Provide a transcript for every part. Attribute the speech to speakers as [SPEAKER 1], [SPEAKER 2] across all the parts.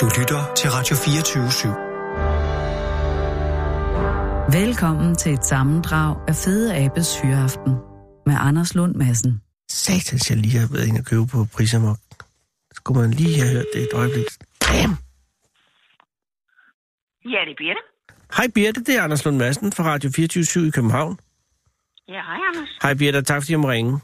[SPEAKER 1] Du lytter til Radio 24 /7.
[SPEAKER 2] Velkommen til et sammendrag af Fede Abes Hyreaften med Anders Lund Madsen.
[SPEAKER 3] Satans, jeg lige har været inde og købe på Prisamok. Skulle man lige have hørt det et øjeblik. Damn!
[SPEAKER 4] Ja, det bliver det.
[SPEAKER 3] Hej Birte, det er Anders Lund Madsen fra Radio 24 i København.
[SPEAKER 4] Ja, hej Anders.
[SPEAKER 3] Hej Birte, og tak fordi jeg må ringe.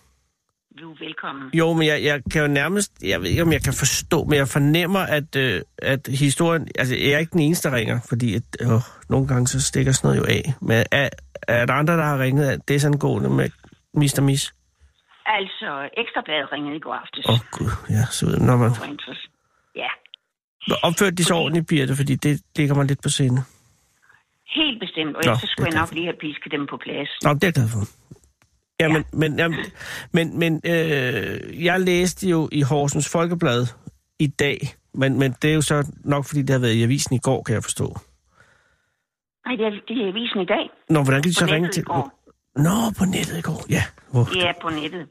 [SPEAKER 4] Du er velkommen.
[SPEAKER 3] Jo, men jeg, jeg kan jo nærmest, jeg ved ikke om jeg kan forstå, men jeg fornemmer, at, øh, at historien, altså jeg er ikke den eneste, der ringer, fordi at, øh, nogle gange så stikker sådan noget jo af. Men er, er der andre, der har ringet af det er sådan gående med Mr. Miss?
[SPEAKER 4] Altså, Ekstrabladet ringede i går aftes.
[SPEAKER 3] Åh oh, gud, ja, så ved jeg, når man
[SPEAKER 4] Det var interessant. Ja,
[SPEAKER 3] opførte de så ordentligt, Birte, fordi det ligger mig lidt på scenen.
[SPEAKER 4] helt bestemt.
[SPEAKER 3] Nå,
[SPEAKER 4] Og ellers så skulle
[SPEAKER 3] det er
[SPEAKER 4] jeg nok lige have pisket dem på plads.
[SPEAKER 3] Nå, det er jeg glad for. Ja, men, men, jamen, men, men øh, jeg læste jo i Horsens Folkeblad i dag, men, men det er jo så nok, fordi det har været i avisen i går, kan jeg forstå.
[SPEAKER 4] Nej, det er, det er avisen i dag.
[SPEAKER 3] Nå, hvordan kan de så
[SPEAKER 4] På
[SPEAKER 3] ringe
[SPEAKER 4] nettet i
[SPEAKER 3] til...
[SPEAKER 4] går.
[SPEAKER 3] Nå, på nettet i går, ja. Hvor...
[SPEAKER 4] Ja, på nettet.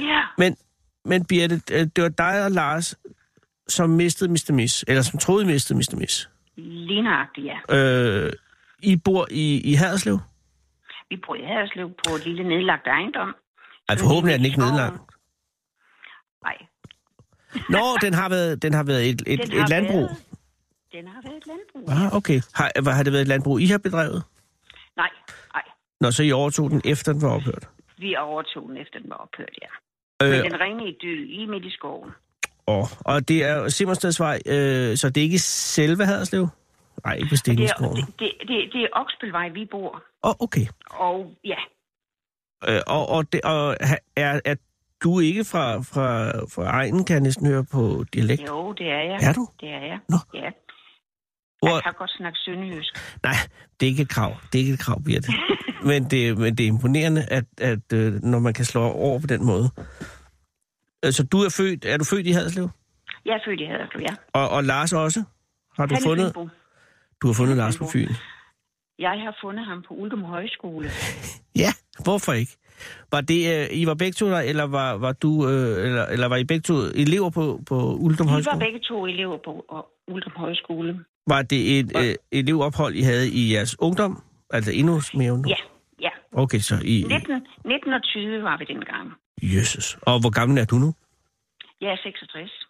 [SPEAKER 4] Ja,
[SPEAKER 3] Men, men Birte, øh, det var dig og Lars, som mistede Mr. Miss, eller som troede, I mistede Mr. Miss.
[SPEAKER 4] lige nøjagtigt, ja.
[SPEAKER 3] Øh, I bor i, i Haderslev?
[SPEAKER 4] Vi bor i Haderslev på et lille nedlagt ejendom.
[SPEAKER 3] Ej, forhåbentlig er den ikke nedlagt.
[SPEAKER 4] Nej,
[SPEAKER 3] Nå, den har været, den har været et, et,
[SPEAKER 4] den har
[SPEAKER 3] et landbrug.
[SPEAKER 4] Været, den har været et landbrug.
[SPEAKER 3] Ah, okay. Har, hvad har det været et landbrug, I har bedrevet?
[SPEAKER 4] Nej, nej.
[SPEAKER 3] Nå, så I overtog den, efter den var ophørt.
[SPEAKER 4] Vi overtog den, efter den var ophørt, ja. Øh... Men den ringe idyl lige midt i skoven.
[SPEAKER 3] Åh, og det er Simmerstedsvej, øh, så det er ikke selve Haderslev? Nej, ikke ved
[SPEAKER 4] Det er,
[SPEAKER 3] Stenskoven.
[SPEAKER 4] det, det, det, det er Oksbølvej, vi bor.
[SPEAKER 3] Åh, okay.
[SPEAKER 4] Og ja,
[SPEAKER 3] Øh, og og, det, og ha- er, er du ikke fra, fra, fra egen, kan jeg næsten høre på dialekt?
[SPEAKER 4] jo, det er jeg.
[SPEAKER 3] Er du?
[SPEAKER 4] Det er jeg.
[SPEAKER 3] Nå.
[SPEAKER 4] Ja.
[SPEAKER 3] Hvor,
[SPEAKER 4] Jeg kan godt snakke sønderjysk.
[SPEAKER 3] nej, det er ikke et krav. Det er ikke et krav, Birte. Men det, men det er imponerende, at, at øh, når man kan slå over på den måde. Øh, Så du er født, er du født i Haderslev?
[SPEAKER 4] Jeg er født i Haderslev, ja.
[SPEAKER 3] Og, og Lars også? Har du
[SPEAKER 4] Han er
[SPEAKER 3] fundet,
[SPEAKER 4] Fynbo.
[SPEAKER 3] du har fundet Lars på
[SPEAKER 4] Fynbo.
[SPEAKER 3] Fyn?
[SPEAKER 4] Jeg har fundet ham på Uldum Højskole.
[SPEAKER 3] Ja, hvorfor ikke? Var det, øh, I var begge to, der, eller var, var du, øh, eller, eller var I begge to elever på, på Uldum
[SPEAKER 4] Vi var
[SPEAKER 3] Højskole?
[SPEAKER 4] begge to elever på øh, Uldum Højskole.
[SPEAKER 3] Var det et øh, elevophold, I havde i jeres ungdom? Altså endnu mere ungdom?
[SPEAKER 4] Ja, ja.
[SPEAKER 3] Okay, så I...
[SPEAKER 4] 19, 19 og 20 var vi dengang.
[SPEAKER 3] Jesus. Og hvor gammel er du nu?
[SPEAKER 4] Jeg er 66.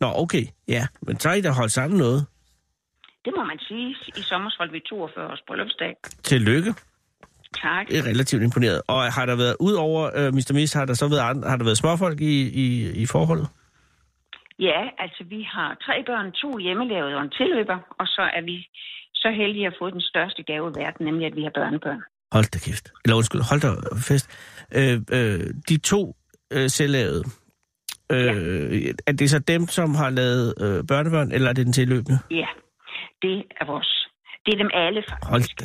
[SPEAKER 3] Nå, okay. Ja, men så har I da holdt sammen noget.
[SPEAKER 4] Det må man sige. I sommer holdt vi 42 års bryllupsdag.
[SPEAKER 3] Tillykke.
[SPEAKER 4] Tak.
[SPEAKER 3] Jeg er relativt imponeret. Og har der været, udover øh, Mr. Miss, har der så været, andre- har der været småfolk i, i, i forholdet?
[SPEAKER 4] Ja, altså vi har tre børn, to hjemmelavede og en tilløber, og så er vi så heldige at have fået den største gave i verden, nemlig at vi har børnebørn.
[SPEAKER 3] Hold da kæft. Eller undskyld, hold da fest. Øh, øh, de to øh, selvlavede, øh, er det så dem, som har lavet øh, børnebørn, eller er det den tilløbende?
[SPEAKER 4] Ja, det er vores. Det er dem alle faktisk.
[SPEAKER 3] Hold da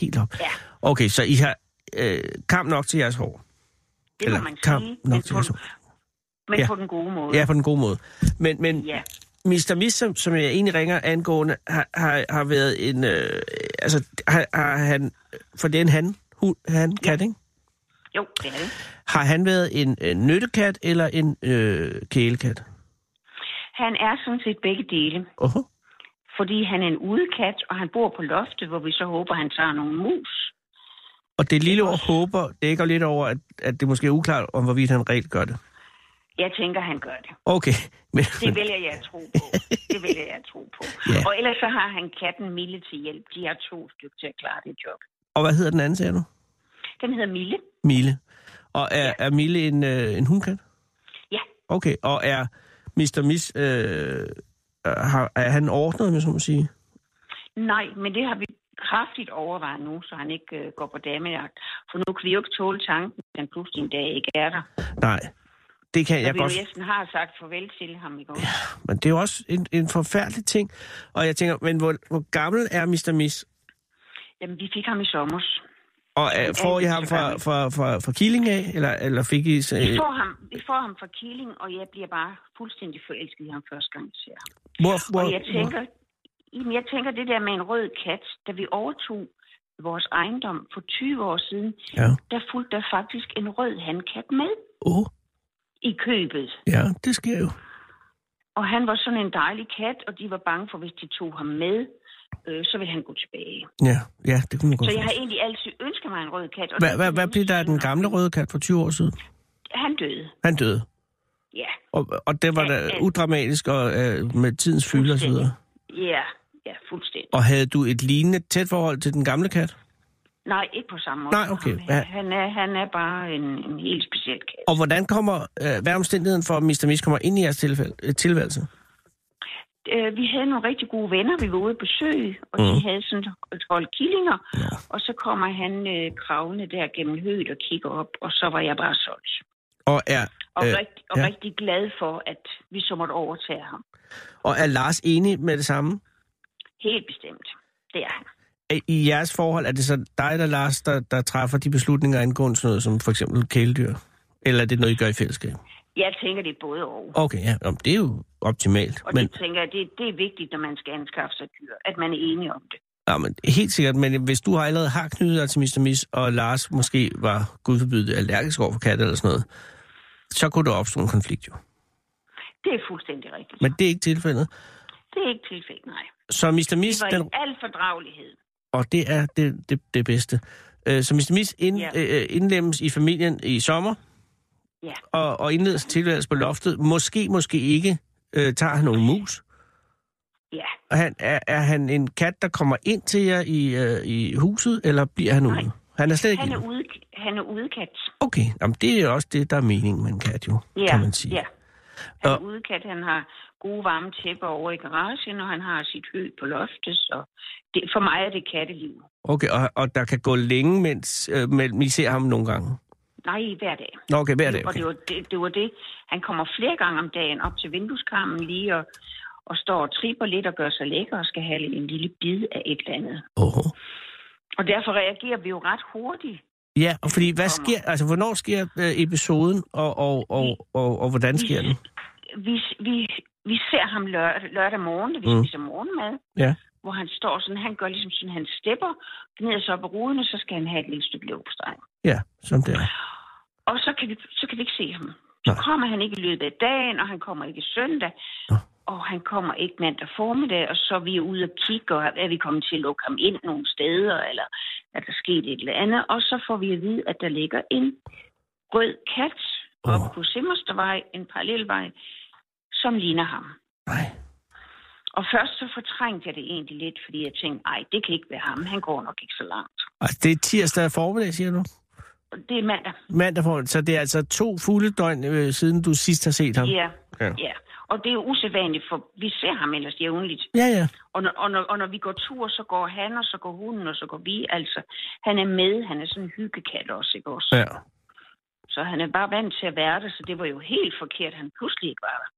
[SPEAKER 3] helt op.
[SPEAKER 4] Ja.
[SPEAKER 3] Okay, så I har øh, kamp nok til jeres hår.
[SPEAKER 4] Det
[SPEAKER 3] Eller
[SPEAKER 4] må man
[SPEAKER 3] kamp
[SPEAKER 4] sige,
[SPEAKER 3] nok
[SPEAKER 4] men,
[SPEAKER 3] til
[SPEAKER 4] på,
[SPEAKER 3] jeres
[SPEAKER 4] den- men
[SPEAKER 3] Ja.
[SPEAKER 4] på den gode måde.
[SPEAKER 3] Ja, på den gode måde. Men, men ja.
[SPEAKER 4] ja.
[SPEAKER 3] Mr. Miss, som, som jeg egentlig ringer angående, har, har, har været en... Øh, altså, har, har han... For det er en han, hun, han kat, ikke?
[SPEAKER 4] Jo, det er det.
[SPEAKER 3] Har han været en øh, nyttekat eller en øh, kælekat?
[SPEAKER 4] Han er sådan set begge dele,
[SPEAKER 3] Oho.
[SPEAKER 4] fordi han er en udekat, og han bor på loftet, hvor vi så håber, han tager nogle mus.
[SPEAKER 3] Og det lille år håber dækker lidt over, at, at det måske er uklart, om hvorvidt han reelt gør det.
[SPEAKER 4] Jeg tænker, han gør det.
[SPEAKER 3] Okay, men,
[SPEAKER 4] Det vælger jeg at tro på. Det vælger jeg at tro på.
[SPEAKER 3] Ja.
[SPEAKER 4] Og ellers så har han katten Mille til hjælp. De har to stykker til at klare det job.
[SPEAKER 3] og hvad hedder den anden, sagde du?
[SPEAKER 4] Den hedder Mille.
[SPEAKER 3] Mille. Og er, er Mille en, øh, en hundkat?
[SPEAKER 4] Ja,
[SPEAKER 3] Okay, og er Mr. Miss, øh, har, er han ordnet, om jeg så må sige?
[SPEAKER 4] nej, men det har vi kraftigt overvejet nu, så han ikke øh, går på damejagt. For nu kan vi jo ikke tåle tanken, at han pludselig en dag ikke er der.
[SPEAKER 3] Nej, det kan
[SPEAKER 4] Jeg
[SPEAKER 3] jeg
[SPEAKER 4] vi
[SPEAKER 3] godt,
[SPEAKER 4] jo næsten har sagt farvel til ham i går. Ja.
[SPEAKER 3] men det er jo også en, en forfærdelig ting. Og jeg tænker, men hvor, hvor gammel er Mr. Miss?
[SPEAKER 4] Jamen, vi fik ham i sommer.
[SPEAKER 3] Og er, får I
[SPEAKER 4] ikke
[SPEAKER 3] ham
[SPEAKER 4] så
[SPEAKER 3] fra,
[SPEAKER 4] gammel.
[SPEAKER 3] fra, fra, fra Killing af, eller, eller fik I... Så,
[SPEAKER 4] Vi får, ham, vi får ham fra Killing, og jeg bliver bare fuldstændig forelsket i ham første gang, jeg ser ham.
[SPEAKER 3] hvor, hvor,
[SPEAKER 4] Og jeg tænker, jamen, jeg tænker det der med en rød kat, da vi overtog vores ejendom for 20 år siden,
[SPEAKER 3] Ja.
[SPEAKER 4] der fulgte der faktisk en rød handkat med
[SPEAKER 3] Åh, oh,
[SPEAKER 4] i købet.
[SPEAKER 3] ja, det sker jo.
[SPEAKER 4] Og han var sådan en dejlig kat, og de var bange for, hvis de tog ham med, øh, så ville han gå tilbage.
[SPEAKER 3] Ja, ja det kunne man godt
[SPEAKER 4] Så jeg har
[SPEAKER 3] forestille
[SPEAKER 4] egentlig altid ønsket mig en rød kat. og
[SPEAKER 3] sig. Hvad,
[SPEAKER 4] den
[SPEAKER 3] hvad,
[SPEAKER 4] blev
[SPEAKER 3] hvad
[SPEAKER 4] min
[SPEAKER 3] blev der af
[SPEAKER 4] søn
[SPEAKER 3] den gamle
[SPEAKER 4] ham.
[SPEAKER 3] røde kat for 20 år siden?
[SPEAKER 4] Han døde,
[SPEAKER 3] Han døde.
[SPEAKER 4] ja.
[SPEAKER 3] Og, og det var
[SPEAKER 4] Ja,
[SPEAKER 3] da
[SPEAKER 4] ja.
[SPEAKER 3] udramatisk og øh, med tidens fylde og så videre.
[SPEAKER 4] Ja, ja, fuldstændig.
[SPEAKER 3] Og havde du et lignende tæt forhold til den gamle kat?
[SPEAKER 4] Nej, ikke på samme måde.
[SPEAKER 3] Nej,
[SPEAKER 4] som
[SPEAKER 3] okay,
[SPEAKER 4] ham.
[SPEAKER 3] ja.
[SPEAKER 4] Han, er, han er bare en, en helt speciel kat.
[SPEAKER 3] Og hvordan kommer øh, hvad er omstændigheden for, at Mr. Mis kommer ind i jeres tilfælde, øh, tilværelse?
[SPEAKER 4] øh, vi havde nogle rigtig gode venner, vi var ude at besøge, og
[SPEAKER 3] Mhm.
[SPEAKER 4] de havde sådan et hold killinger, og så kommer han øh, kravende der gennem høet og kigger op, og så var jeg bare solgt.
[SPEAKER 3] Og er,
[SPEAKER 4] Og,
[SPEAKER 3] Øh,
[SPEAKER 4] øh, rigtig, og
[SPEAKER 3] ja.
[SPEAKER 4] ja. rigtig glad for, at vi så måtte overtage ham.
[SPEAKER 3] og er Lars enig med det samme?
[SPEAKER 4] Helt bestemt. Det er han.
[SPEAKER 3] Er- I jeres forhold, er det så dig eller Lars, der, der træffer de beslutninger angående sådan noget som for eksempel kæledyr? Eller er det noget, I gør i fællesskab?
[SPEAKER 4] Jeg tænker, det er både og.
[SPEAKER 3] Okay, ja, jamen, det er jo optimalt.
[SPEAKER 4] Og
[SPEAKER 3] Men,
[SPEAKER 4] det tænker jeg, det, det er vigtigt, når man skal anskaffe sig dyr, at man er enige om det.
[SPEAKER 3] Ja, men helt sikkert, men hvis du har allerede har knyttet dig til Mr. Mis, og Lars måske var gudforbydet allergisk over for katte eller sådan noget, så kunne der opstå en konflikt jo.
[SPEAKER 4] Det er fuldstændig rigtigt.
[SPEAKER 3] Men det er ikke tilfældet.
[SPEAKER 4] Det er ikke tilfældet, nej.
[SPEAKER 3] Så Mr.
[SPEAKER 4] Det
[SPEAKER 3] Mis,
[SPEAKER 4] var
[SPEAKER 3] den,
[SPEAKER 4] i al fordragelighed.
[SPEAKER 3] og det er det, det, det bedste. Øh, Så Mr. Mis ind,
[SPEAKER 4] Ja.
[SPEAKER 3] øh, indlemmes i familien i sommer,
[SPEAKER 4] Ja.
[SPEAKER 3] og, og indledes en tilværelse på loftet. Måske, måske ikke øh, tager han nogle mus.
[SPEAKER 4] Ja,
[SPEAKER 3] Og han, er, er han en kat, der kommer ind til jer i, øh, i huset, eller bliver han ude?
[SPEAKER 4] Nej.
[SPEAKER 3] Han er slet ikke
[SPEAKER 4] han er,
[SPEAKER 3] ude.
[SPEAKER 4] ude, han er udekat.
[SPEAKER 3] Okay, Jamen, det er også det, der er meningen med en kat jo,
[SPEAKER 4] Ja,
[SPEAKER 3] kan man sige.
[SPEAKER 4] ja. Han er
[SPEAKER 3] Og-
[SPEAKER 4] udekat, han har gode varme tæpper over i garagen, og han har sit hø på loftet, så det, for mig er det katteliv.
[SPEAKER 3] Okay, og, og der kan gå længe, mens øh, mellem I ser ham nogle gange?
[SPEAKER 4] Nej, hver dag.
[SPEAKER 3] Nå, okay, hver dag.
[SPEAKER 4] Og
[SPEAKER 3] Okay.
[SPEAKER 4] det var det, det var det. Han kommer flere gange om dagen op til vindueskarmen lige og, og står og tripper lidt og gør sig lækker og skal have en lille bid af et eller andet.
[SPEAKER 3] Åh.
[SPEAKER 4] Og derfor reagerer vi jo ret hurtigt.
[SPEAKER 3] Ja, og fordi hvad
[SPEAKER 4] Kommer.
[SPEAKER 3] sker, altså hvornår sker øh, episoden, og, og, og, og, og hvordan sker den?
[SPEAKER 4] Vi, vi, vi ser ham lørdag, lørdag morgen, da vi
[SPEAKER 3] Mm.
[SPEAKER 4] mm. spiser morgenmad.
[SPEAKER 3] Ja.
[SPEAKER 4] Hvor han står sådan, han gør ligesom sådan, han stepper, gnider sig op af ruden, og så skal han have et lille stykke leverpostej.
[SPEAKER 3] Ja, som det er.
[SPEAKER 4] Og så kan vi, så kan vi ikke se ham. Så
[SPEAKER 3] Nej.
[SPEAKER 4] kommer han ikke i løbet af dagen, og han kommer ikke søndag,
[SPEAKER 3] Nå.
[SPEAKER 4] og han kommer ikke mandag formiddag, og så er vi ude og kigge, og er vi kommet til at lukke ham ind nogle steder, eller er der sket et eller andet, og så får vi at vide, at der ligger en rød kat
[SPEAKER 3] Åh.
[SPEAKER 4] oppe på Simmerstervej, en parallelvej, som ligner ham.
[SPEAKER 3] Nej.
[SPEAKER 4] Og først så fortrængte jeg det egentlig lidt, fordi jeg tænkte, nej, det kan ikke være ham, han går nok ikke så langt.
[SPEAKER 3] Altså, det er tirsdag formiddag, siger du?
[SPEAKER 4] Og det er mandag.
[SPEAKER 3] Mandag formiddag, så det er altså to fulde døgn, øh, siden du sidst har set ham?
[SPEAKER 4] Ja,
[SPEAKER 3] Ja.
[SPEAKER 4] ja. ja. Og det er jo usædvanligt, for vi ser ham ellers jævnligt.
[SPEAKER 3] Ja, ja.
[SPEAKER 4] Og når, og, når, og når vi går tur, så går han, og så går hunden, og så går vi. Altså, han er med. Han er sådan en hyggekat også, ikke også?
[SPEAKER 3] ja.
[SPEAKER 4] Så han er bare vant til at være der, så det var jo helt forkert, han pludselig ikke var der.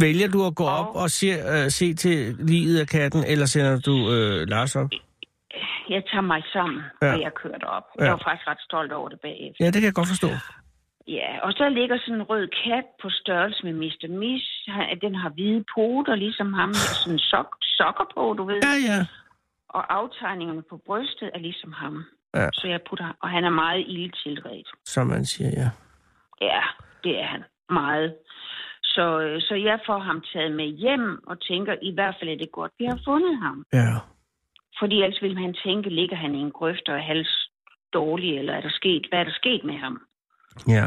[SPEAKER 3] Vælger du at gå op
[SPEAKER 4] Og-
[SPEAKER 3] og se, øh, se til livet af katten, eller sender du øh, Lars op?
[SPEAKER 4] Jeg tager mig sammen,
[SPEAKER 3] Ja.
[SPEAKER 4] ja. og jeg kører derop.
[SPEAKER 3] Ja.
[SPEAKER 4] Ja. Jeg var faktisk ret stolt over det bagefter.
[SPEAKER 3] Ja, det kan jeg godt forstå.
[SPEAKER 4] Ja, og så ligger sådan en rød kat på størrelse med Mr. Miss. Han- Den har hvide poter, ligesom ham, med sådan sok, sokker på, du ved.
[SPEAKER 3] Ja, ja.
[SPEAKER 4] Og aftegningerne på brystet er ligesom ham.
[SPEAKER 3] Ja.
[SPEAKER 4] Så jeg putter, og han er meget ildtilredt.
[SPEAKER 3] Som man siger, ja.
[SPEAKER 4] Ja, det er han. Meget. Så, øh, så jeg får ham taget med hjem og tænker, i hvert fald er det godt, vi har fundet ham.
[SPEAKER 3] Ja.
[SPEAKER 4] Fordi ellers ville han tænke, ligger han i en grøft og er hals dårlig, eller er der sket, hvad er der sket med ham?
[SPEAKER 3] Ja.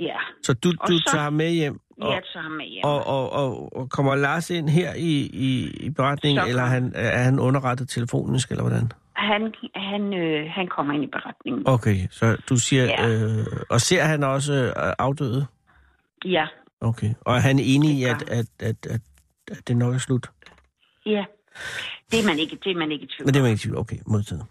[SPEAKER 4] Ja,
[SPEAKER 3] Så du,
[SPEAKER 4] Og
[SPEAKER 3] du
[SPEAKER 4] så-
[SPEAKER 3] tager ham med hjem, og,
[SPEAKER 4] jeg tager ham med hjem.
[SPEAKER 3] og, og, og, og kommer Lars ind her i, i, i beretningen,
[SPEAKER 4] Så-
[SPEAKER 3] eller er han, er han underrettet telefonisk, eller hvordan?
[SPEAKER 4] Han, han, øh, han kommer ind i beretningen.
[SPEAKER 3] Okay, så du siger...
[SPEAKER 4] Ja.
[SPEAKER 3] Øh, og ser han også øh, afdøde?
[SPEAKER 4] Ja,
[SPEAKER 3] Okay. Og er han enig i,
[SPEAKER 4] Det gør
[SPEAKER 3] at, at, at, at, at det nok er slut?
[SPEAKER 4] ja. Det er man ikke, det er man ikke i tvivl.
[SPEAKER 3] Men
[SPEAKER 4] om.
[SPEAKER 3] det er ligesom- man ikke i tvivl. Okay, modtaget.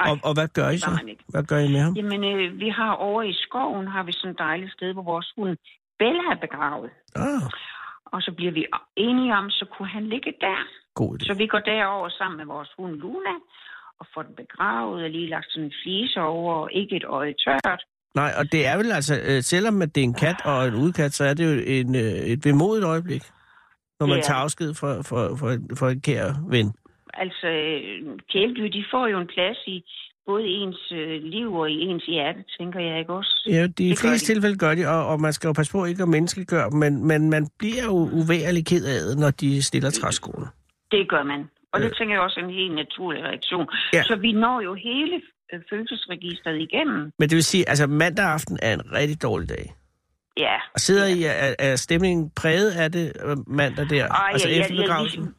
[SPEAKER 4] Ej,
[SPEAKER 3] Og, og hvad gør I
[SPEAKER 4] det var
[SPEAKER 3] så?
[SPEAKER 4] han ikke.
[SPEAKER 3] Hvad gør I med ham?
[SPEAKER 4] Jamen, øh, vi har over i skoven, har vi sådan et dejligt sted, hvor vores hund Bella er begravet.
[SPEAKER 3] Ah,
[SPEAKER 4] Og så bliver vi enige om, så kunne han ligge der.
[SPEAKER 3] god idé.
[SPEAKER 4] Så vi går derover sammen med vores hund Luna og får den begravet og lige lagt sådan en flise over, og ikke et øje tørt.
[SPEAKER 3] Nej, og det er vel altså, øh, selvom at det er en kat og en udkat, så er det jo en, øh, et vemodigt øjeblik, når man
[SPEAKER 4] Det er
[SPEAKER 3] tager
[SPEAKER 4] det.
[SPEAKER 3] afsked fra, fra, fra, fra en kære ven.
[SPEAKER 4] Altså, øh, kæledyr, de får jo en plads i både i ens øh, liv og i ens hjerte, tænker jeg ikke også.
[SPEAKER 3] Ja, de
[SPEAKER 4] gør
[SPEAKER 3] fleste
[SPEAKER 4] de.
[SPEAKER 3] tilfælde gør de, og, og man skal jo passe på ikke at menneskeliggøre dem, men, men man bliver jo uværlig ked af det, når de stiller træskoene.
[SPEAKER 4] Det gør man. Og det tænker jeg også er en helt naturlig reaktion.
[SPEAKER 3] Ja.
[SPEAKER 4] Ja. Så vi når jo hele øh, følelsesregisteret igennem.
[SPEAKER 3] Men det vil sige, altså mandag aften er en rigtig dårlig dag.
[SPEAKER 4] Ja.
[SPEAKER 3] Og sidder I, er, er stemningen præget af det øh, mandag der?
[SPEAKER 4] Ej,
[SPEAKER 3] altså
[SPEAKER 4] ja, ja,
[SPEAKER 3] efter
[SPEAKER 4] ja,
[SPEAKER 3] begravelsen?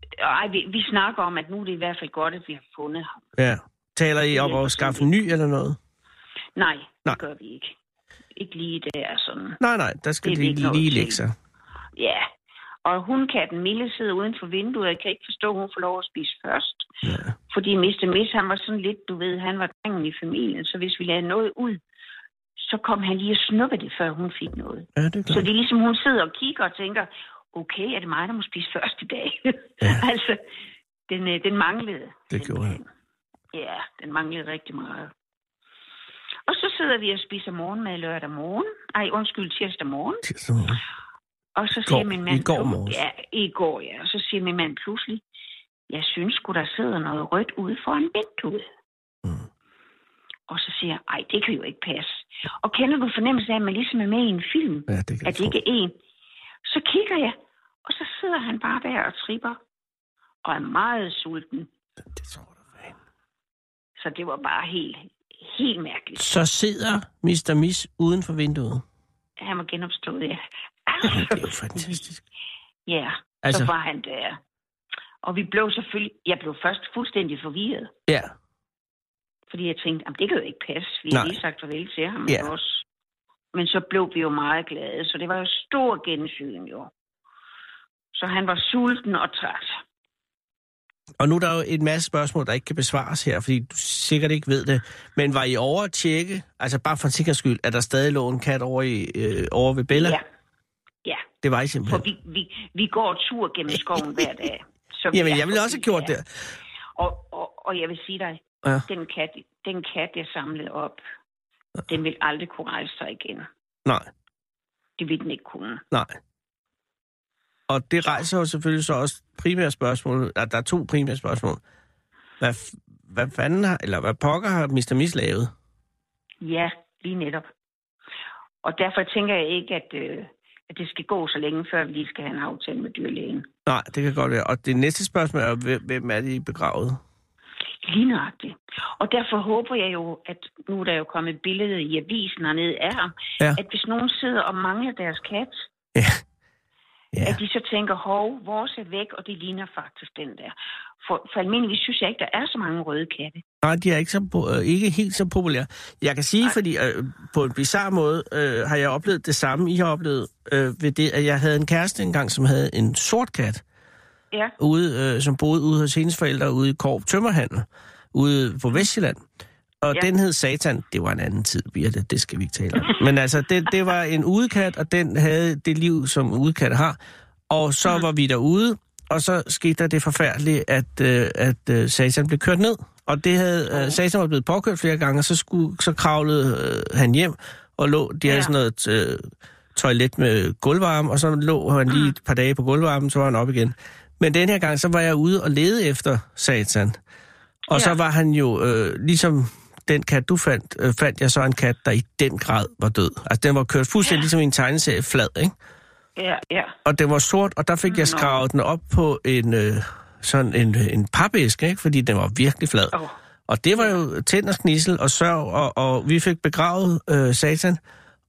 [SPEAKER 4] vi, ej, vi, vi snakker om, at nu er det i hvert fald godt, at vi har fundet ham.
[SPEAKER 3] Ja. Taler I om at skaffe en ny eller noget?
[SPEAKER 4] Nej,
[SPEAKER 3] Nej.
[SPEAKER 4] det gør vi ikke. Ikke lige der sådan.
[SPEAKER 3] Nej, nej, der skal
[SPEAKER 4] Det er
[SPEAKER 3] de
[SPEAKER 4] vi ikke nået
[SPEAKER 3] lige
[SPEAKER 4] til.
[SPEAKER 3] lægge sig.
[SPEAKER 4] Ja. Og hun kan den milde sidde uden for vinduet. Jeg kan ikke forstå, at hun får lov at spise først.
[SPEAKER 3] Ja.
[SPEAKER 4] Fordi Mr. Miss, han var sådan lidt, du ved, han var drengen i familien. Så hvis vi lavede noget ud, så kom han lige og snuppede det, før hun fik noget.
[SPEAKER 3] ja, det er
[SPEAKER 4] Så
[SPEAKER 3] klart.
[SPEAKER 4] det er ligesom, hun sidder og kigger og tænker, okay, er det mig, der må spise først i dag?
[SPEAKER 3] Ja.
[SPEAKER 4] Ja. altså, den, øh, den manglede.
[SPEAKER 3] Det gjorde han.
[SPEAKER 4] Ja, den manglede rigtig meget. Og så sidder vi og spiser morgenmad lørdag morgen. Ej, undskyld, tirsdag morgen. Og så siger
[SPEAKER 3] går-
[SPEAKER 4] min mand...
[SPEAKER 3] i går morges.
[SPEAKER 4] Ja, i går, ja. Og så siger min mand pludselig, jeg synes sgu, der sidder noget rødt ude foran vinduet.
[SPEAKER 3] Mm.
[SPEAKER 4] Og så siger jeg, ej, det kan jo ikke passe. Og kender du fornemmelsen af, at man ligesom er med i en film?
[SPEAKER 3] Ja, det kan
[SPEAKER 4] at
[SPEAKER 3] jeg tro.
[SPEAKER 4] det ikke er en. Så kigger jeg, og så sidder han bare der og tripper, og er meget sulten.
[SPEAKER 3] Det tror du fandme.
[SPEAKER 4] Så det var bare helt, helt mærkeligt.
[SPEAKER 3] Så sidder Mr. Miss uden for vinduet.
[SPEAKER 4] Han var genopstået, ja.
[SPEAKER 3] Det er jo fantastisk.
[SPEAKER 4] ja,
[SPEAKER 3] Altså,
[SPEAKER 4] så var han der. Og vi blev selvfølgelig, jeg blev først fuldstændig forvirret,
[SPEAKER 3] ja.
[SPEAKER 4] fordi jeg tænkte, jamen, det kan jo ikke passe. Vi
[SPEAKER 3] Nej.
[SPEAKER 4] har lige sagt farvel til ham
[SPEAKER 3] Ja.
[SPEAKER 4] ja. også. Men så blev vi jo meget glade, så det var jo stor gensyn jo. Så han var sulten og træt.
[SPEAKER 3] Og nu er der jo en masse spørgsmål, der ikke kan besvares her, fordi du sikkert ikke ved det. Men var I over at tjekke, altså bare for en sikkerheds skyld, at der stadig lå en kat over, i, øh, over ved Bella?
[SPEAKER 4] Ja. Ja.
[SPEAKER 3] Det var I
[SPEAKER 4] For
[SPEAKER 3] simpelthen.
[SPEAKER 4] vi, vi, vi går tur gennem skoven hver dag. Så vi
[SPEAKER 3] Jamen,
[SPEAKER 4] er
[SPEAKER 3] jeg ville også have
[SPEAKER 4] forbi,
[SPEAKER 3] gjort
[SPEAKER 4] ja.
[SPEAKER 3] det.
[SPEAKER 4] Og, og, og jeg vil sige dig,
[SPEAKER 3] Ja.
[SPEAKER 4] den kat, den kat, jeg samlede op, den vil aldrig kunne rejse sig igen.
[SPEAKER 3] Nej,
[SPEAKER 4] Det vil den ikke kunne.
[SPEAKER 3] nej. Og det rejser jo selvfølgelig så også primære spørgsmål. Der, der er to primære spørgsmål. Hvad, f- hvad fanden har, eller hvad pokker har Mr. Miss lavet?
[SPEAKER 4] Ja, lige netop. Og derfor tænker jeg ikke, at, øh, at det skal gå så længe, før vi lige skal have en aftale med dyrlægen.
[SPEAKER 3] Nej, det kan godt være. Og det næste spørgsmål er, hvem- hvem er det, I er begravet?
[SPEAKER 4] Lige nøjagtigt. Og derfor håber jeg jo, at nu er der jo kommet et billede i avisen hernede af ham,
[SPEAKER 3] Ja.
[SPEAKER 4] at hvis nogen sidder og mangler deres kat,
[SPEAKER 3] Ja.
[SPEAKER 4] ja.
[SPEAKER 3] Ja,
[SPEAKER 4] at de så tænker, hov, vores er væk, og det ligner faktisk den der. For, for almindeligvis synes jeg ikke, der er så mange røde katte.
[SPEAKER 3] nej, de er ikke, så, po- øh, ikke helt så populære. Jeg kan sige, fordi øh, på en bizarre måde øh, har jeg oplevet det samme, I har oplevet, øh, ved det, at jeg havde en kæreste engang, som havde en sort kat.
[SPEAKER 4] Ja,
[SPEAKER 3] ude, øh, som boede ude hos hendes forældre ude i Korp Tømmerhandel, ude på Vestjylland. Og ja.
[SPEAKER 4] Ja.
[SPEAKER 3] den hed Satan. Det var en anden tid, Birte. Det skal vi ikke tale om. Men altså, det, det var en udekat, og den havde det liv, som udekat har. Og så var vi derude, og så skete der det forfærdelige, at, øh, at øh, Satan blev kørt ned. Og det havde, øh, Satan var blevet påkørt flere gange, og så, skulle, så kravlede øh, han hjem og lå. De havde
[SPEAKER 4] Ja.
[SPEAKER 3] sådan noget øh, toilet med gulvvarme, og så lå han lige et par dage på gulvvarmen, så var han op igen. Men den her gang, så var jeg ude og lede efter Satan. Og ja.
[SPEAKER 4] Ja.
[SPEAKER 3] så var han jo, øh, ligesom den kat, du fandt, øh, fandt jeg så en kat, der i den grad var død. Altså, den var kørt fuldstændig ligesom i en tegneserie flad, ikke?
[SPEAKER 4] ja, ja.
[SPEAKER 3] Og den var sort, og der fik jeg skravet den op på en, øh, sådan en, øh, en papæske, ikke? Fordi den var virkelig flad.
[SPEAKER 4] Åh,
[SPEAKER 3] Og det var jo tænders knissel og sørg, og, og vi fik begravet øh, Satan.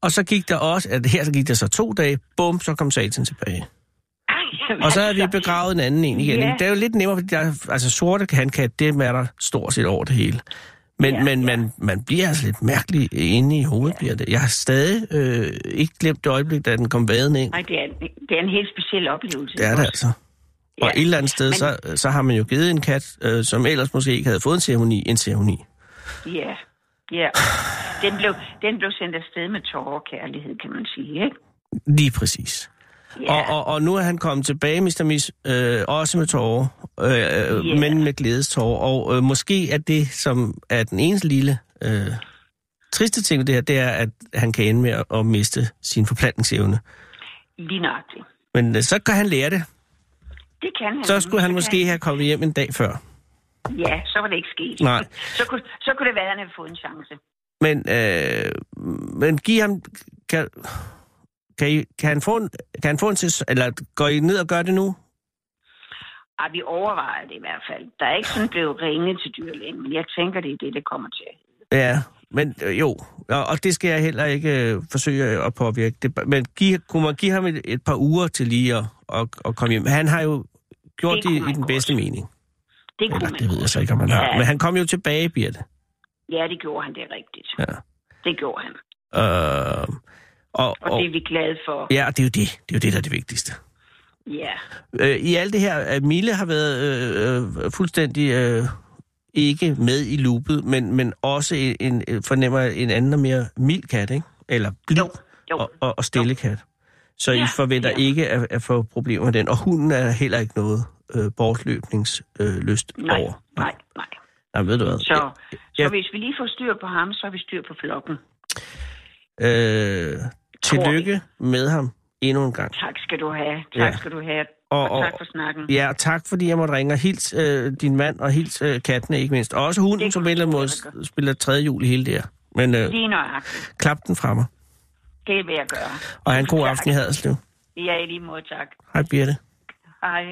[SPEAKER 3] Og så gik der også, at her så gik der så to dage, bum, så kom Satan tilbage.
[SPEAKER 4] Ej,
[SPEAKER 3] Og så havde vi
[SPEAKER 4] altså,
[SPEAKER 3] begravet en anden en igen.
[SPEAKER 4] Ja.
[SPEAKER 3] ikke? Det er jo lidt nemmere, fordi der, er- altså, sorte handkat, det er der stort set over det hele. Men,
[SPEAKER 4] Ja,
[SPEAKER 3] men
[SPEAKER 4] ja.
[SPEAKER 3] Man, man bliver altså lidt mærkelig inde i hovedet, bliver det. Jeg har stadig øh, ikke glemt det øjeblik, da den kom vaden ind.
[SPEAKER 4] Nej, det er, en- det er en helt speciel oplevelse.
[SPEAKER 3] Det er det altså. Og
[SPEAKER 4] Ja.
[SPEAKER 3] et eller andet sted,
[SPEAKER 4] Men-
[SPEAKER 3] så, så har man jo givet en kat, øh, som ellers måske ikke havde fået en ceremoni, en ceremoni.
[SPEAKER 4] Ja, ja. Den blev, den blev sendt afsted med tårer og kærlighed, kan man sige, ikke?
[SPEAKER 3] Lige præcis.
[SPEAKER 4] Ja,
[SPEAKER 3] Og, og, og nu er han kommet tilbage, Mr. Miss, øh, også med tårer, øh, yeah. men med glædestårer. Og øh, måske er det, som er den eneste lille øh, triste ting ved det her, det er, at han kan ende med at, at miste sin forplantningsevne.
[SPEAKER 4] lige nøjagtigt.
[SPEAKER 3] Men øh, så kan han lære det.
[SPEAKER 4] Det kan han.
[SPEAKER 3] Så skulle han
[SPEAKER 4] Det
[SPEAKER 3] måske
[SPEAKER 4] kan-
[SPEAKER 3] have kommet hjem en dag før.
[SPEAKER 4] Ja, så var det ikke sket.
[SPEAKER 3] Nej.
[SPEAKER 4] Så kunne, så kunne det være, at han havde fået en chance.
[SPEAKER 3] Men, øh, men giv ham... Kan, kan, I, kan, han få en, kan han få en sæson, eller går I ned og gør det nu?
[SPEAKER 4] Ej, vi overvejer det i hvert fald. Der er ikke sådan blevet ringet til dyrlægen, men jeg tænker, det er det, det kommer til.
[SPEAKER 3] Ja, men øh, jo, og, og det skal jeg heller ikke øh, forsøge at påvirke. Det, men give, kunne man give ham et, et par uger til lige at, at, at komme hjem? Han har jo gjort
[SPEAKER 4] Det
[SPEAKER 3] det,
[SPEAKER 4] kunne
[SPEAKER 3] i
[SPEAKER 4] man
[SPEAKER 3] den bedste
[SPEAKER 4] godt.
[SPEAKER 3] mening.
[SPEAKER 4] Det kunne
[SPEAKER 3] Eller,
[SPEAKER 4] man.
[SPEAKER 3] det ved jeg så ikke, om han har.
[SPEAKER 4] Ja.
[SPEAKER 3] Men han kom jo tilbage, Birte.
[SPEAKER 4] Ja, det gjorde han, det er rigtigt.
[SPEAKER 3] Ja.
[SPEAKER 4] Det gjorde han.
[SPEAKER 3] Øh, og,
[SPEAKER 4] Og
[SPEAKER 3] og,
[SPEAKER 4] det er vi glade for.
[SPEAKER 3] ja, og det er jo det. Det er jo det, der er det vigtigste.
[SPEAKER 4] Ja.
[SPEAKER 3] Øh, I alt det her, at Mille har været øh, øh, fuldstændig øh, ikke med i loopet, men, men også en, en, øh, fornemmer jeg, en anden og mere mild kat, ikke? Eller blid
[SPEAKER 4] Jo.
[SPEAKER 3] og, og, og stille kat. Så I
[SPEAKER 4] Ja,
[SPEAKER 3] forventer
[SPEAKER 4] ja.
[SPEAKER 3] ikke at, at få problemer med den. Og hunden er heller ikke noget øh, bortløbningslyst øh, lyst
[SPEAKER 4] Nej,
[SPEAKER 3] over.
[SPEAKER 4] nej, nej.
[SPEAKER 3] Nej, ved du hvad?
[SPEAKER 4] Så, så
[SPEAKER 3] Ja.
[SPEAKER 4] hvis vi lige får styr på ham, så har vi styr på flokken.
[SPEAKER 3] Øh, tillykke med ham endnu en gang.
[SPEAKER 4] Tak skal du have.
[SPEAKER 3] Ja.
[SPEAKER 4] Tak skal du have.
[SPEAKER 3] Og-
[SPEAKER 4] Og,
[SPEAKER 3] og-
[SPEAKER 4] tak for snakken.
[SPEAKER 3] Ja, og tak fordi jeg måtte ringe og hils øh, din mand og hils øh, kattene, ikke mindst. Og også hunden,
[SPEAKER 4] Det
[SPEAKER 3] som på en eller anden måde
[SPEAKER 4] forstår jeg
[SPEAKER 3] s- spiller tredje jul i hele det her. Men øh,
[SPEAKER 4] Lige nøjagtigt.
[SPEAKER 3] klap den fra mig.
[SPEAKER 4] Det vil jeg gøre.
[SPEAKER 3] Og have en god
[SPEAKER 4] Tak.
[SPEAKER 3] aften i Haderslev.
[SPEAKER 4] Ja, i lige måde, tak.
[SPEAKER 3] Hej Birte.
[SPEAKER 4] Hej.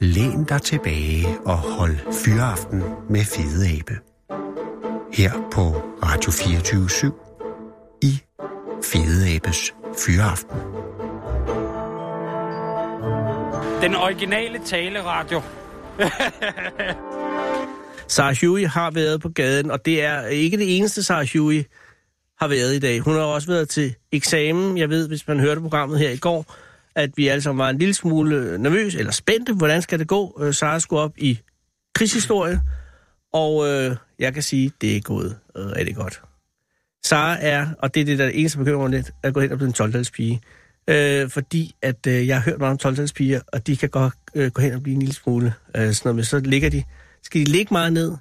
[SPEAKER 1] Læn dig tilbage og hold fyraften med Fede Abe. Her på Radio 24 i Fede Abes Fyraften.
[SPEAKER 5] Den originale taleradio.
[SPEAKER 3] Sarah Huey har været på gaden, og det er ikke det eneste Sarah Huey har været i dag. Hun har også været til eksamen. Jeg ved, hvis man hørte programmet her i går, at vi alle sammen var en lille smule øh, nervøse eller spændte. Hvordan skal det gå? Øh, Sarah skulle op i krigshistorie, og øh, jeg kan sige, det er gået øh, rigtig godt. Sara er, og det er det, der er det eneste der bekymrer mig lidt, at gå hen og blive en 12 pige. Øh, fordi at øh, jeg har hørt meget om 12 piger, og de kan godt øh, gå hen og blive en lille smule øh, sådan noget, men så ligger de, skal de ligge meget ned,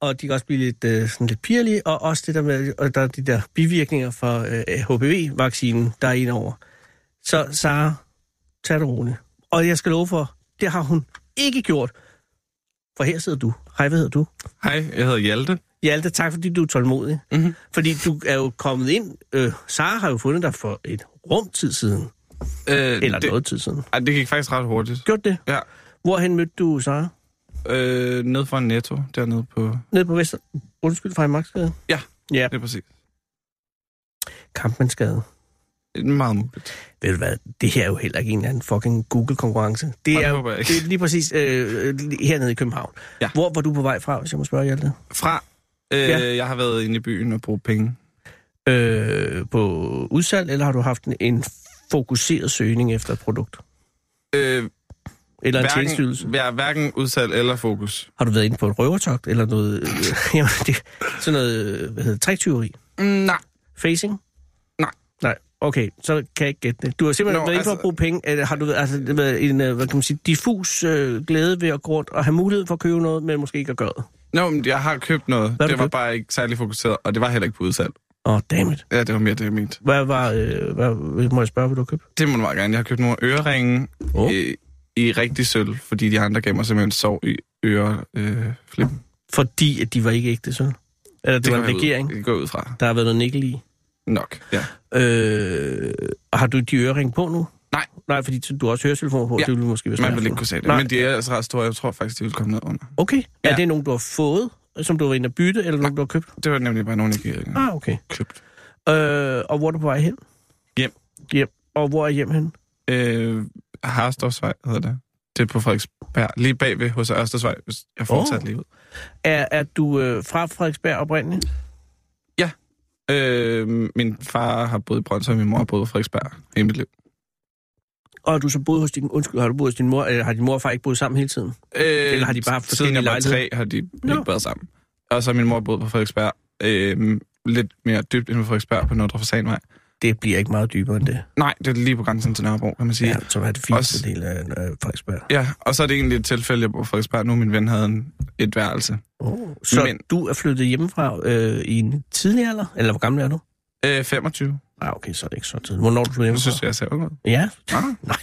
[SPEAKER 3] og de kan også blive lidt, øh, sådan lidt pirlige, og også det der med, og der er de der bivirkninger fra øh, HPV-vaccinen, der er en over. Så Sara, tag det roligt. Og jeg skal love for, det har hun ikke gjort. For her sidder du. Hej, hvad hedder du?
[SPEAKER 6] Hej, jeg hedder Hjalte.
[SPEAKER 3] Hjalte, tak fordi du er tålmodig.
[SPEAKER 6] Mhm.
[SPEAKER 3] Fordi du er jo kommet ind. Øh, Sara har jo fundet dig for et rum tid siden.
[SPEAKER 6] Øh,
[SPEAKER 3] Eller
[SPEAKER 6] det,
[SPEAKER 3] noget tid siden.
[SPEAKER 6] Ej, det gik faktisk ret hurtigt.
[SPEAKER 3] Gjort det?
[SPEAKER 6] Ja.
[SPEAKER 3] Hvorhen mødte du Sara?
[SPEAKER 6] Øh, ned fra Netto, dernede på...
[SPEAKER 3] Nede på Vester... Undskyld, fra Magtsgade.
[SPEAKER 6] Ja.
[SPEAKER 3] Ja,
[SPEAKER 6] Det er præcis.
[SPEAKER 3] Kampmandsgade.
[SPEAKER 6] Det er Meget muligt.
[SPEAKER 3] Ved du hvad, det her er jo heller ikke en eller anden fucking Google-konkurrence. Det
[SPEAKER 6] Ej, det
[SPEAKER 3] er, jo-
[SPEAKER 6] håber jeg ikke.
[SPEAKER 3] det er lige præcis øh, hernede i København.
[SPEAKER 6] Ja.
[SPEAKER 3] Hvor var du på vej fra, hvis jeg må spørge Hjalte?
[SPEAKER 6] Fra... Øh,
[SPEAKER 3] Ja.
[SPEAKER 6] ja. Jeg har været inde i byen og brugt penge.
[SPEAKER 3] Øh, på udsalg, eller har du haft en, en fokuseret søgning efter et produkt?
[SPEAKER 6] Øh,
[SPEAKER 3] Eller en
[SPEAKER 6] hverken,
[SPEAKER 3] tjenestydelse?
[SPEAKER 6] hver, hverken udsalg eller fokus.
[SPEAKER 3] Har du været inde på et røvertogt eller noget, øh, jamen, det, sådan noget, øh, hvad hedder det, triktyveri?
[SPEAKER 6] Mm, nej.
[SPEAKER 3] Facing?
[SPEAKER 6] Nej.
[SPEAKER 3] Nej, okay, så kan jeg ikke gætte det. Du har simpelthen Nå,
[SPEAKER 6] Nå,
[SPEAKER 3] været inde for at
[SPEAKER 6] altså-
[SPEAKER 3] bruge penge. Eller har du været- altså, det har været en, øh, hvad kan man sige, diffus øh, glæde ved at gå rundt og have mulighed for at købe noget, men måske ikke at gøre det?
[SPEAKER 6] Nå, men jeg har købt noget.
[SPEAKER 3] har du
[SPEAKER 6] det var
[SPEAKER 3] købt?
[SPEAKER 6] bare ikke særlig fokuseret, og det var heller ikke på udsalg.
[SPEAKER 3] Åh, oh, dammit.
[SPEAKER 6] Ja, det var mere det, jeg mente.
[SPEAKER 3] Hvad var, øh, hvad, må jeg spørge, hvad du har købt?
[SPEAKER 6] Det må du meget gerne. Jeg har købt nogle øreringe
[SPEAKER 3] Åh.
[SPEAKER 6] oh. øh, i rigtig sølv, fordi de andre gav mig simpelthen sov i øreflippen. Øh, flippen.
[SPEAKER 3] Fordi at de var ikke ægte, så? Eller det, det var en
[SPEAKER 6] går jeg ud-
[SPEAKER 3] regering,
[SPEAKER 6] Det går jeg ud fra.
[SPEAKER 3] der har været noget nikkel i.
[SPEAKER 6] Nok, ja.
[SPEAKER 3] Øh, og har du de ørering på nu?
[SPEAKER 6] Nej.
[SPEAKER 3] Nej, fordi du har også høretelefoner på, ja.
[SPEAKER 6] Ja.
[SPEAKER 3] det ville måske være
[SPEAKER 6] Man
[SPEAKER 3] svært
[SPEAKER 6] vil
[SPEAKER 3] for
[SPEAKER 6] ikke
[SPEAKER 3] dig.
[SPEAKER 6] kunne se det.
[SPEAKER 3] Nej.
[SPEAKER 6] Nej. Men de er altså ret store. Jeg tror faktisk, de vil komme ned under.
[SPEAKER 3] Okay. Ja. Er
[SPEAKER 6] Ja.
[SPEAKER 3] det nogen, du har fået, som du har været inde at bytte, eller nogen, du har købt?
[SPEAKER 6] Det var nemlig bare nogen, jeg ikke
[SPEAKER 3] Ah, okay.
[SPEAKER 6] øh, købt.
[SPEAKER 3] Øh, og hvor er du på vej hen?
[SPEAKER 6] Hjem.
[SPEAKER 3] Hjem. Og hvor er hjem hen?
[SPEAKER 6] Øh, Harstofsvej hedder det. Det er på Frederiksberg. Lige bagved hos Ørstedsvej, hvis jeg fortsat
[SPEAKER 3] Åh.
[SPEAKER 6] oh. lige ud.
[SPEAKER 3] Er, er du øh, fra Frederiksberg oprindeligt?
[SPEAKER 6] Øh, min far har boet i Brøndshøj, min mor har boet i Frederiksberg hele mit liv.
[SPEAKER 3] Og har du så boet hos din, undskyld, har du boet hos din mor, eller har din mor og far ikke boet sammen hele tiden?
[SPEAKER 6] Øh,
[SPEAKER 3] Eller har de bare haft
[SPEAKER 6] siden
[SPEAKER 3] forskellige
[SPEAKER 6] jeg var
[SPEAKER 3] lejligheder?
[SPEAKER 6] tre, har de
[SPEAKER 3] Nå.
[SPEAKER 6] Nå. ikke været sammen. Og så har min mor boet på Frederiksberg. Øh, lidt mere dybt end på Frederiksberg på Nordre Fasanvej.
[SPEAKER 3] Det bliver ikke meget dybere end det.
[SPEAKER 6] Nej, det er lige på grænsen til Nørrebro, kan man sige.
[SPEAKER 3] Ja, som er det fineste
[SPEAKER 6] Også-
[SPEAKER 3] del af øh, Frederiksberg.
[SPEAKER 6] Ja, og så er det egentlig et tilfælde, jeg bor på Frederiksberg nu. Min ven havde en, et værelse.
[SPEAKER 3] Oh. Så Men...
[SPEAKER 6] Men-
[SPEAKER 3] du er flyttet hjemmefra øh, i en tidlig alder? Eller hvor gammel er du?
[SPEAKER 6] Øh, 25.
[SPEAKER 3] Ah, okay, så er det ikke så tidligt. Hvornår er du flyttet
[SPEAKER 6] Jeg
[SPEAKER 3] hjemmefra?
[SPEAKER 6] synes, jeg ser ung ud.
[SPEAKER 3] Ja.
[SPEAKER 6] Ah.
[SPEAKER 3] Nej.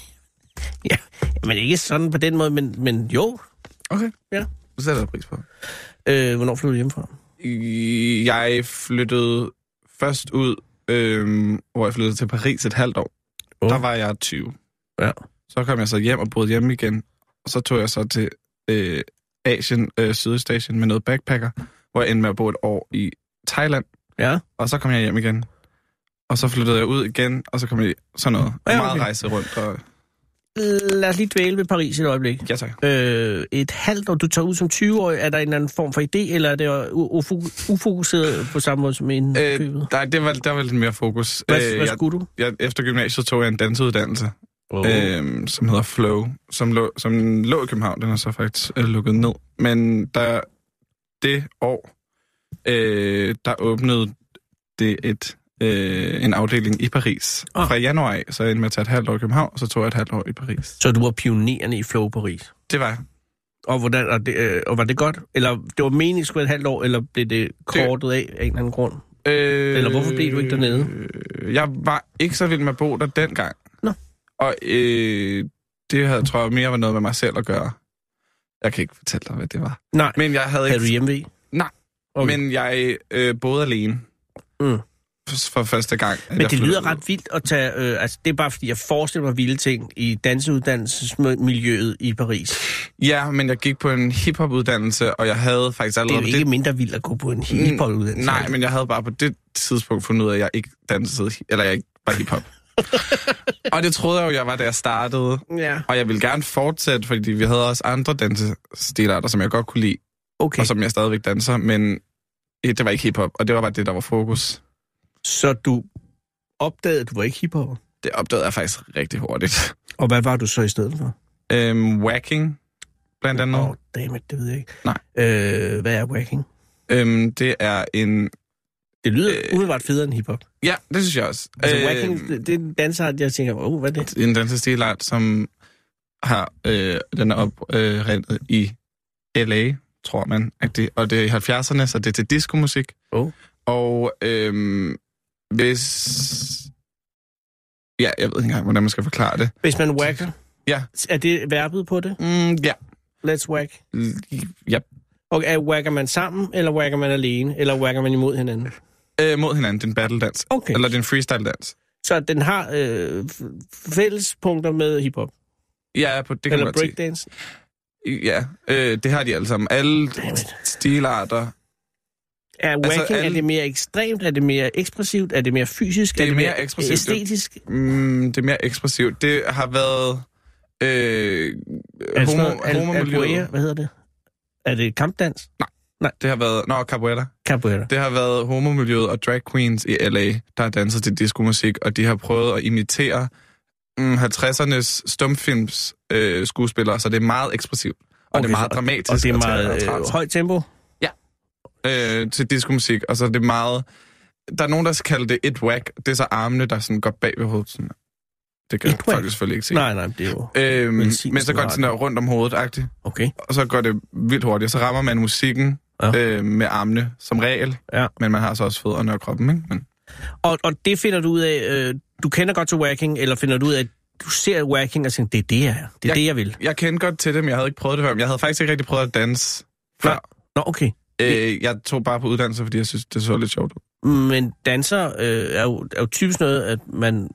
[SPEAKER 3] Ja, men ikke sådan på den måde, men, men jo.
[SPEAKER 6] Okay.
[SPEAKER 3] Ja.
[SPEAKER 6] Det sætter jeg pris på.
[SPEAKER 3] Øh, hvornår flyttede du hjemmefra?
[SPEAKER 6] Jeg flyttede først ud, øhm, hvor jeg flyttede til Paris et halvt år.
[SPEAKER 3] Åh.
[SPEAKER 6] Oh. Der var jeg 20.
[SPEAKER 3] Ja.
[SPEAKER 6] Så kom jeg så hjem og boede hjemme igen. Og så tog jeg så til øh, Asien, øh, Sydøstasien med noget backpacker, hvor jeg endte med at bo et år i Thailand.
[SPEAKER 3] Ja.
[SPEAKER 6] Og så kom jeg hjem igen. Og så flyttede jeg ud igen, og så kom jeg sådan noget.
[SPEAKER 3] Ja, okay.
[SPEAKER 6] Ja, okay. Meget rejse rundt. Og...
[SPEAKER 3] Lad os lige dvæle ved Paris et øjeblik.
[SPEAKER 6] Ja, tak.
[SPEAKER 3] Øh, et halvt år, du tager ud som 20-årig, er der en eller anden form for idé, eller er det u- ufu- ufokuseret på samme måde som en øh,
[SPEAKER 6] Øh,
[SPEAKER 3] købet?
[SPEAKER 6] nej, det var, der var lidt mere fokus.
[SPEAKER 3] Hvad, øh, hvad
[SPEAKER 6] jeg,
[SPEAKER 3] skulle du?
[SPEAKER 6] jeg, efter gymnasiet tog jeg en dansuddannelse,
[SPEAKER 3] Oh.
[SPEAKER 6] øh, som hedder Flow, som lå, som lå i København. Den er så faktisk øh, lukket ned. Men der det år, øh, der åbnede det et, øh, en afdeling i Paris.
[SPEAKER 3] Ah.
[SPEAKER 6] Oh. Fra januar af, så endte jeg med at tage et halvt år i København, og så tog jeg et halvt år i Paris.
[SPEAKER 3] Så du var pionerende i Flow Paris.
[SPEAKER 6] Det var jeg.
[SPEAKER 3] Og, hvordan, og, det, øh, og var det godt? Eller det var meningen, det skulle være et halvt år, eller blev det kortet af af en eller anden grund?
[SPEAKER 6] Øh,
[SPEAKER 3] Eller hvorfor blev du ikke dernede?
[SPEAKER 6] Øh, Jeg var ikke så vild med at bo der dengang.
[SPEAKER 3] Nå.
[SPEAKER 6] Og øh, det havde, tror jeg, mere var noget med mig selv at gøre. Jeg kan ikke fortælle dig, hvad det var.
[SPEAKER 3] Nej,
[SPEAKER 6] Men jeg havde
[SPEAKER 3] havde
[SPEAKER 6] ikke...
[SPEAKER 3] du hjemme
[SPEAKER 6] Nej, okay. men jeg øh, boede alene.
[SPEAKER 3] Mm.
[SPEAKER 6] For, for første gang. at
[SPEAKER 3] Men
[SPEAKER 6] jeg
[SPEAKER 3] det
[SPEAKER 6] flyttede
[SPEAKER 3] lyder
[SPEAKER 6] ud.
[SPEAKER 3] ret vildt at tage... Øh, altså, det er bare, fordi jeg forestiller mig vilde ting i danseuddannelsesmiljøet i Paris.
[SPEAKER 6] Ja, men jeg gik på en hiphopuddannelse, og jeg havde faktisk
[SPEAKER 3] Det er
[SPEAKER 6] allerede...
[SPEAKER 3] jo
[SPEAKER 6] på
[SPEAKER 3] ikke mindre vildt at gå på en
[SPEAKER 6] Mm,
[SPEAKER 3] hiphop-uddannelse.
[SPEAKER 6] Nej, men jeg havde bare på det tidspunkt fundet ud af, at jeg ikke dansede... Eller jeg ikke var hiphop. og det troede jeg jo, jeg var, da jeg startede.
[SPEAKER 3] Ja,
[SPEAKER 6] Og jeg vil gerne fortsætte, fordi vi havde også andre dansestilarter, som jeg godt kunne lide, okay.
[SPEAKER 3] okay.
[SPEAKER 6] og som jeg stadigvæk danser, men eh, det var ikke hiphop, og det var bare det, der var fokus.
[SPEAKER 3] Så du opdagede, at du var ikke hiphopper.
[SPEAKER 6] Det opdagede jeg faktisk rigtig hurtigt.
[SPEAKER 3] Og hvad var du så i stedet for?
[SPEAKER 6] Øhm, whacking, blandt andet.
[SPEAKER 3] Åh, oh, dammit, det ved jeg ikke.
[SPEAKER 6] Nej.
[SPEAKER 3] Øh, hvad er whacking?
[SPEAKER 6] Øhm, det er en...
[SPEAKER 3] Det lyder øh,
[SPEAKER 6] Øh,
[SPEAKER 3] umiddelbart federe end hiphop.
[SPEAKER 6] Ja, det synes jeg også.
[SPEAKER 3] Altså, øh,
[SPEAKER 6] Øhm,
[SPEAKER 3] whacking, det, det er en dansart, jeg tænker, åh, oh, hvad er det?
[SPEAKER 6] En dansestilart, som har... Øh, den er oprindet øh, i L.A., tror man. at det- Og det er i 70'erne, så det er til diskomusik.
[SPEAKER 3] Oh.
[SPEAKER 6] Og øhm, hvis... Ja, jeg ved ikke engang, hvordan man skal forklare det.
[SPEAKER 3] Hvis man whacker,
[SPEAKER 6] Ja.
[SPEAKER 3] er det verbet på det?
[SPEAKER 6] Mm, ja.
[SPEAKER 3] Let's whack.
[SPEAKER 6] L- ja.
[SPEAKER 3] Og er, whacker man sammen, eller whacker man alene, eller whacker man imod hinanden?
[SPEAKER 6] Øh, mod hinanden, den battledans.
[SPEAKER 3] Okay.
[SPEAKER 6] Eller den freestyle-dans.
[SPEAKER 3] Så den har øh, f- fællespunkter med hiphop.
[SPEAKER 6] Ja, på, det kan
[SPEAKER 3] Eller
[SPEAKER 6] man godt sige.
[SPEAKER 3] breakdance.
[SPEAKER 6] Ja, øh, det har de alle sammen. Alle
[SPEAKER 3] Dammit.
[SPEAKER 6] stilarter.
[SPEAKER 3] Er whacking, altså,
[SPEAKER 6] alle-
[SPEAKER 3] er det mere ekstremt? Er det mere ekspressivt? Er det mere fysisk?
[SPEAKER 6] Det er
[SPEAKER 3] det
[SPEAKER 6] mere ekspressivt, jo.
[SPEAKER 3] Æstetisk?
[SPEAKER 6] Mm, det er mere ekspressivt. Det har været... Øh,
[SPEAKER 3] Er det
[SPEAKER 6] homo,
[SPEAKER 3] sådan
[SPEAKER 6] noget,
[SPEAKER 3] noget al-
[SPEAKER 6] homomiljøet.
[SPEAKER 3] albuera? Hvad hedder det? Er det kampdans?
[SPEAKER 6] Det har været... Nå, capoeira.
[SPEAKER 3] Capoeira.
[SPEAKER 6] Det har været homomiljøet og drag queens i LA, der har danset til diskomusik, og de har prøvet at imitere mm, 50'ernes stumfilms øh, skuespillere, så det er meget ekspressivt. Og okay, det er meget
[SPEAKER 3] så-
[SPEAKER 6] dramatisk.
[SPEAKER 3] Og det er
[SPEAKER 6] til-
[SPEAKER 3] meget
[SPEAKER 6] og
[SPEAKER 3] øh,
[SPEAKER 6] træls.
[SPEAKER 3] højt tempo.
[SPEAKER 6] øh, til diskomusik, og så er det meget... Der er nogen, der kalder det et whack. Det er så armene, der sådan går bag ved hovedet. Sådan. Det kan
[SPEAKER 3] Et whack?
[SPEAKER 6] folk selvfølgelig ikke se.
[SPEAKER 3] Nej, nej, det er jo...
[SPEAKER 6] Øhm, men
[SPEAKER 3] Velsignelsen
[SPEAKER 6] så går det sådan der rundt om hovedet -agtigt,
[SPEAKER 3] Okay.
[SPEAKER 6] og så går det vildt hurtigt, og så rammer man musikken
[SPEAKER 3] Ja.
[SPEAKER 6] ja. øh, med armene som regel,
[SPEAKER 3] Ja.
[SPEAKER 6] men man har så også fødderne og kroppen, ikke? Men,
[SPEAKER 3] Og, og det finder du ud af... Øh, du kender godt til whacking, eller finder du ud af, at du ser whacking og tænker, det er det, jeg er. Det er
[SPEAKER 6] Jeg-
[SPEAKER 3] det, jeg vil.
[SPEAKER 6] jeg kendte godt til det, men jeg havde ikke prøvet det før. Men Jeg havde faktisk ikke rigtig prøvet at danse
[SPEAKER 3] Nej.
[SPEAKER 6] før.
[SPEAKER 3] Nå, okay.
[SPEAKER 6] Øh, jeg tog bare på uddannelse, fordi jeg synes, det så lidt sjovt ud.
[SPEAKER 3] Men danser øh, er, jo, er jo typisk noget, at man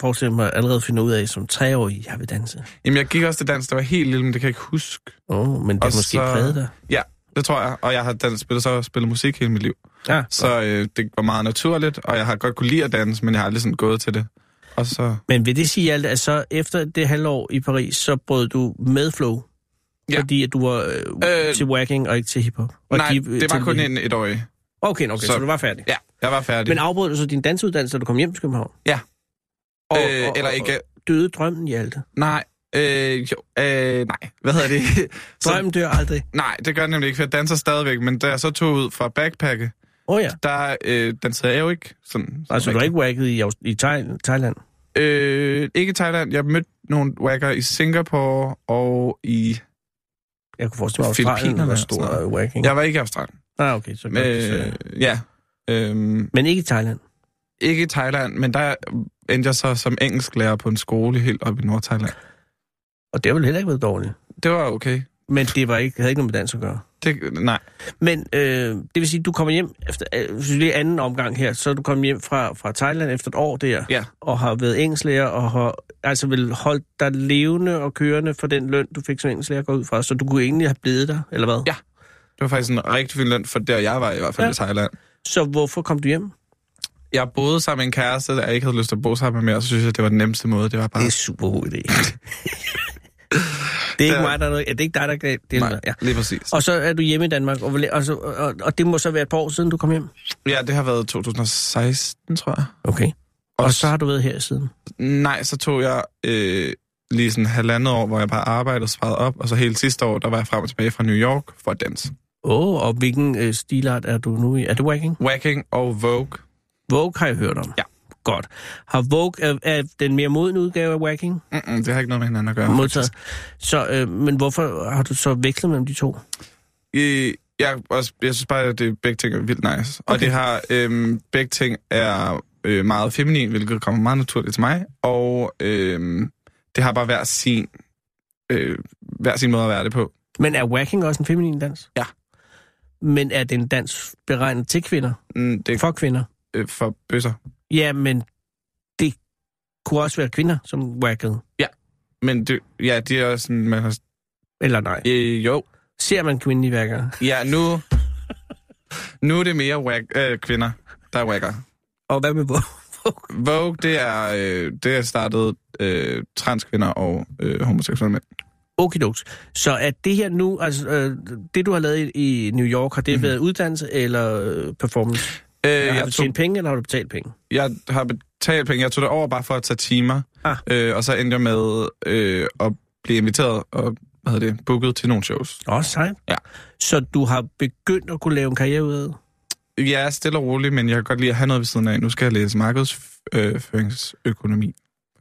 [SPEAKER 3] forestiller mig allerede finder ud af som treårig, jeg vil danse.
[SPEAKER 6] Jamen, jeg gik også til dans, der var helt lille, men det kan jeg ikke huske.
[SPEAKER 3] Åh, oh, men det har
[SPEAKER 6] Og
[SPEAKER 3] måske
[SPEAKER 6] så-
[SPEAKER 3] præget dig.
[SPEAKER 6] Ja, det tror jeg. Og jeg har dans, spillet, så spillet musik hele mit liv.
[SPEAKER 3] Ja,
[SPEAKER 6] Så øh, det var meget naturligt, og jeg har godt kunne lide at danse, men jeg har aldrig sådan gået til det. Og så...
[SPEAKER 3] Men vil det sige alt, at så efter det halvår i Paris, så brød du med flow? Ja.
[SPEAKER 6] Ja.
[SPEAKER 3] Fordi at du var øh, øh,
[SPEAKER 6] Øh,
[SPEAKER 3] til whacking og ikke til hiphop? Og
[SPEAKER 6] Nej,
[SPEAKER 3] de-
[SPEAKER 6] det var
[SPEAKER 3] til-
[SPEAKER 6] kun en et år.
[SPEAKER 3] Okay, okay, så,
[SPEAKER 6] så-
[SPEAKER 3] så du var færdig.
[SPEAKER 6] Ja, jeg var færdig.
[SPEAKER 3] Men afbrød du så din dansuddannelse, da du kom hjem til København?
[SPEAKER 6] Ja.
[SPEAKER 3] Og,
[SPEAKER 6] øh, eller ikke...
[SPEAKER 3] Og døde drømmen i alt det?
[SPEAKER 6] Nej, øh, jo, øh, nej. Hvad hedder det? så,
[SPEAKER 3] Drømmen dør aldrig.
[SPEAKER 6] nej, det gør jeg nemlig ikke, for jeg danser stadigvæk. Men da jeg så tog ud fra backpacket,
[SPEAKER 3] Åh oh, ja.
[SPEAKER 6] der øh, dansede jeg jo ikke. Sådan, sådan
[SPEAKER 3] Altså, du har ikke whacket i, Aus- i Thai- Thailand?
[SPEAKER 6] Øh, ikke i Thailand. Jeg mødte nogle wacker i Singapore og i...
[SPEAKER 3] Jeg kunne forestille mig, at Australien
[SPEAKER 6] Filippinerne
[SPEAKER 3] var
[SPEAKER 6] og
[SPEAKER 3] stor
[SPEAKER 6] sådan noget.
[SPEAKER 3] øh, whacking.
[SPEAKER 6] Jeg var ikke i Australien.
[SPEAKER 3] Ah, okay, så godt. Øh,
[SPEAKER 6] Øh, ja. Øhm,
[SPEAKER 3] men ikke i Thailand?
[SPEAKER 6] ikke i Thailand, men der endte jeg så som engelsklærer på en skole helt oppe i Nordthailand.
[SPEAKER 3] Og det har vel heller ikke været dårligt.
[SPEAKER 6] Det var okay.
[SPEAKER 3] Men det var ikke, havde ikke noget med dans at gøre.
[SPEAKER 6] Det, nej,
[SPEAKER 3] Men øh, det vil sige, du kommer hjem efter øh, hvis det er anden omgang her, så er du kommet hjem fra, fra Thailand efter et år der,
[SPEAKER 6] Ja.
[SPEAKER 3] og har været engelsklærer, og har altså vil holdt dig levende og kørende for den løn, du fik som engelsklærer går ud fra, så du kunne egentlig have blevet der, eller hvad?
[SPEAKER 6] Ja. det var faktisk en rigtig fin løn for der, jeg var i hvert fald
[SPEAKER 3] Ja.
[SPEAKER 6] ja. i Thailand.
[SPEAKER 3] Så hvorfor kom du hjem?
[SPEAKER 6] Jeg boede sammen med en kæreste, der jeg ikke havde lyst til at bo sammen med mere, og så synes jeg, det var den nemmeste måde. Det var bare...
[SPEAKER 3] Det er en super god idé. det er ikke
[SPEAKER 6] Der-
[SPEAKER 3] mig, der er noget. Ja, det er ikke dig, der er galt. Det er
[SPEAKER 6] Nej,
[SPEAKER 3] ja.
[SPEAKER 6] lige præcis.
[SPEAKER 3] Og så er du hjemme i Danmark, og, hvor læ- og, så, og, og det må så være et par år siden, du kom hjem.
[SPEAKER 6] Ja, det har været 2016, tror jeg.
[SPEAKER 3] Okay. Og, og så har du været her siden.
[SPEAKER 6] Nej, så tog jeg øh, lige sådan halvandet år, hvor jeg bare arbejdede og sparede op, og så hele sidste år, der var jeg frem og tilbage fra New York for at danse.
[SPEAKER 3] Åh, oh, og hvilken øh, stilart er du nu i? Er det wagging?
[SPEAKER 6] Wacking og Vogue.
[SPEAKER 3] Vogue har jeg hørt om.
[SPEAKER 6] Ja.
[SPEAKER 3] Godt. Har Vogue er, er den mere modne udgave af Wacking?
[SPEAKER 6] Mm-mm, det har ikke noget med hinanden at gøre.
[SPEAKER 3] Modtaget. Så, øh, men hvorfor har du så vekslet mellem de to?
[SPEAKER 6] Øh, jeg, også, jeg synes bare, at det, begge ting er vildt nice. Okay. Og det har, øhm, begge ting er øh, meget feminin, hvilket kommer meget naturligt til mig. Og øhm, det har bare hver sin, øh, hver sin måde at være det på.
[SPEAKER 3] Men er Wacking også en feminin dans?
[SPEAKER 6] Ja.
[SPEAKER 3] Men er det en dans beregnet til kvinder?
[SPEAKER 6] Mm, det er
[SPEAKER 3] For kvinder?
[SPEAKER 6] øh, for bøsser.
[SPEAKER 3] Ja, men det kunne også være kvinder, som wackede.
[SPEAKER 6] Men det, ja, det er sådan, man har...
[SPEAKER 3] Eller nej.
[SPEAKER 6] Øh, jo,
[SPEAKER 3] Ser man kvindelige værkere?
[SPEAKER 6] ja, nu... Nu er det mere wag, øh, kvinder, der wagger.
[SPEAKER 3] Og hvad med Vogue?
[SPEAKER 6] Vogue, det er, øh, det er startet øh, transkvinder og øh, homoseksuelle mænd.
[SPEAKER 3] Okidoks. Så er det her nu, altså øh, det du har lavet i, i New York, har det mm. været uddannelse eller øh, performance?
[SPEAKER 6] Øh,
[SPEAKER 3] Øh, har
[SPEAKER 6] jeg
[SPEAKER 3] du
[SPEAKER 6] tog
[SPEAKER 3] tjent penge, eller har du betalt penge?
[SPEAKER 6] jeg har betalt penge. Jeg tog det over bare for at tage timer.
[SPEAKER 3] Ah.
[SPEAKER 6] Øh, og så endte jeg med øh, at blive inviteret og hvad hedder det, booket til nogle shows.
[SPEAKER 3] Åh, sejt.
[SPEAKER 6] Ja.
[SPEAKER 3] Så du har begyndt at kunne lave en karriere ud af det?
[SPEAKER 6] Jeg er stille og rolig, men jeg kan godt lide at have noget ved siden af. Nu skal jeg læse øh, markedsføringsøkonomi.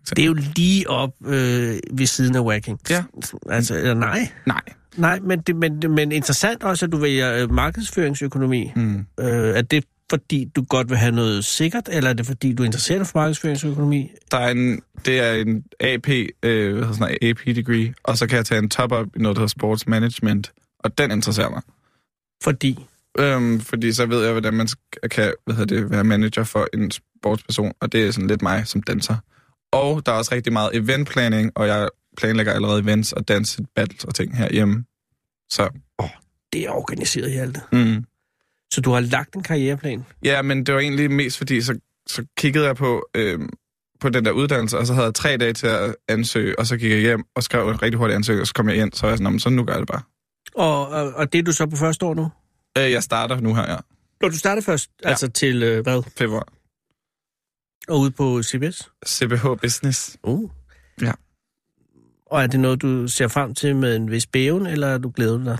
[SPEAKER 3] Det er jo lige op øh, ved siden af whacking.
[SPEAKER 6] Ja.
[SPEAKER 3] Altså, eller nej.
[SPEAKER 6] Nej.
[SPEAKER 3] Nej, men, det, men, men interessant også, at du vælger øh, markedsføringsøkonomi.
[SPEAKER 6] Mm.
[SPEAKER 3] Øh, er det fordi, du godt vil have noget sikkert, eller er det fordi, du interesserer dig for markedsføringsøkonomi?
[SPEAKER 6] Der er en, det er en AP, øh, hvad hedder sådan en AP-degree, og så kan jeg tage en top-up i noget, der hedder sports management, og den interesserer mig.
[SPEAKER 3] Fordi
[SPEAKER 6] Øhm, fordi så ved jeg, hvordan man sk- kan hvad hedder det, være manager for en sportsperson, og det er sådan lidt mig som danser. Og der er også rigtig meget eventplanning, og jeg planlægger allerede events og dans battles og ting herhjemme. Så,
[SPEAKER 3] det er organiseret i alt.
[SPEAKER 6] mm.
[SPEAKER 3] Så du har lagt en karriereplan?
[SPEAKER 6] Ja, men det var egentlig mest fordi, så, så kiggede jeg på, øhm, på den der uddannelse, og så havde jeg tre dage til at ansøge, og så gik jeg hjem og skrev en rigtig hurtig ansøgning, og så kom jeg ind, så var jeg sådan, "Nå, men så nu gør jeg det bare.
[SPEAKER 3] Og, og, og det er du så på første år nu?
[SPEAKER 6] Øh, jeg starter nu her, ja.
[SPEAKER 3] Når du starter først, ja.
[SPEAKER 6] Ja.
[SPEAKER 3] altså til øh, hvad?
[SPEAKER 6] Februar.
[SPEAKER 3] Og ude på CBS?
[SPEAKER 6] CBH Business.
[SPEAKER 3] Uh.
[SPEAKER 6] Ja.
[SPEAKER 3] Og er det noget, du ser frem til med en vis bæven, eller er du glæder dig?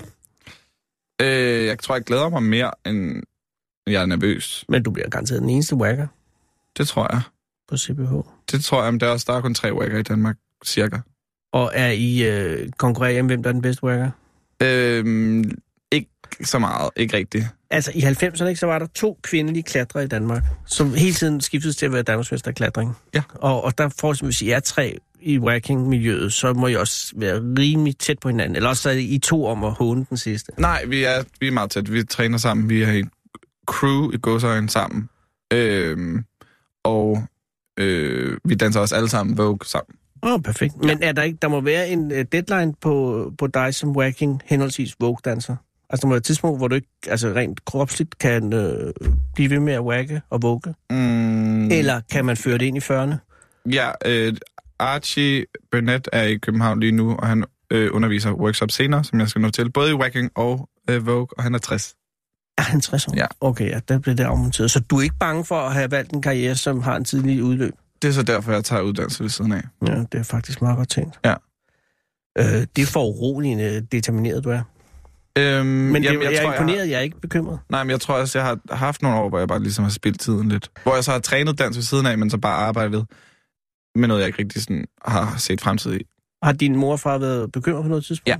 [SPEAKER 6] Øh, jeg tror, jeg glæder mig mere, end jeg er nervøs.
[SPEAKER 3] Men du bliver garanteret den eneste whacker
[SPEAKER 6] Det tror jeg.
[SPEAKER 3] på CBH.
[SPEAKER 6] Det tror jeg, men der er, også, der er kun tre wagger i Danmark, cirka.
[SPEAKER 3] Og er I øh, konkurrerer om, hvem der er den bedste whacker?
[SPEAKER 6] Øhm, ikke så meget, ikke rigtigt.
[SPEAKER 3] Altså, i 90'erne, ikke, så var der to kvindelige klatrere i Danmark, som hele tiden skiftedes til at være Danmarksmester i klatring.
[SPEAKER 6] Ja.
[SPEAKER 3] Og, og der får, som hvis I er tre i whacking-miljøet, så må I også være rimelig tæt på hinanden. Eller også så er I to om at håne den sidste.
[SPEAKER 6] Nej, vi er, vi er meget tæt. Vi træner sammen. Vi er en crew i godsøjen sammen. Øhm, og øh, vi danser også alle sammen Vogue sammen.
[SPEAKER 3] Åh, oh, perfekt. Men er der ikke, der må være en uh, deadline på, på dig som whacking, henholdsvis vogue-danser? Altså, der må være et tidspunkt, hvor du ikke altså, rent kropsligt kan øh, blive ved med at whacke og vugge.
[SPEAKER 6] Mm,
[SPEAKER 3] Eller kan man føre det ind i 40'erne?
[SPEAKER 6] Ja, øh, Archie Burnett er i København lige nu, og han øh, underviser workshop senere, som jeg skal nå til. Både i Wacking og øh, Vogue, og han er 60.
[SPEAKER 3] Er han 60 Ah, år?
[SPEAKER 6] Ja.
[SPEAKER 3] Okay, ja, der bliver det afmonteret. Så du er ikke bange for at have valgt en karriere, som har en tidlig udløb?
[SPEAKER 6] Det er så derfor, jeg tager uddannelse ved siden af.
[SPEAKER 3] Ja, det er faktisk meget godt tænkt.
[SPEAKER 6] Ja.
[SPEAKER 3] Øh, det er for uroligende determineret, du er.
[SPEAKER 6] Øhm,
[SPEAKER 3] Men jamen, det, jeg, jeg er
[SPEAKER 6] tror,
[SPEAKER 3] imponeret, jeg, jeg er ikke bekymret.
[SPEAKER 6] Nej, men jeg tror også, jeg har haft nogle år, hvor jeg bare ligesom har spildt tiden lidt. Hvor jeg så har trænet dans ved siden af, men så bare arbejdet med noget, jeg ikke rigtig sådan har set fremtid i.
[SPEAKER 3] Har din mor og far været bekymret på noget tidspunkt?
[SPEAKER 6] Ja.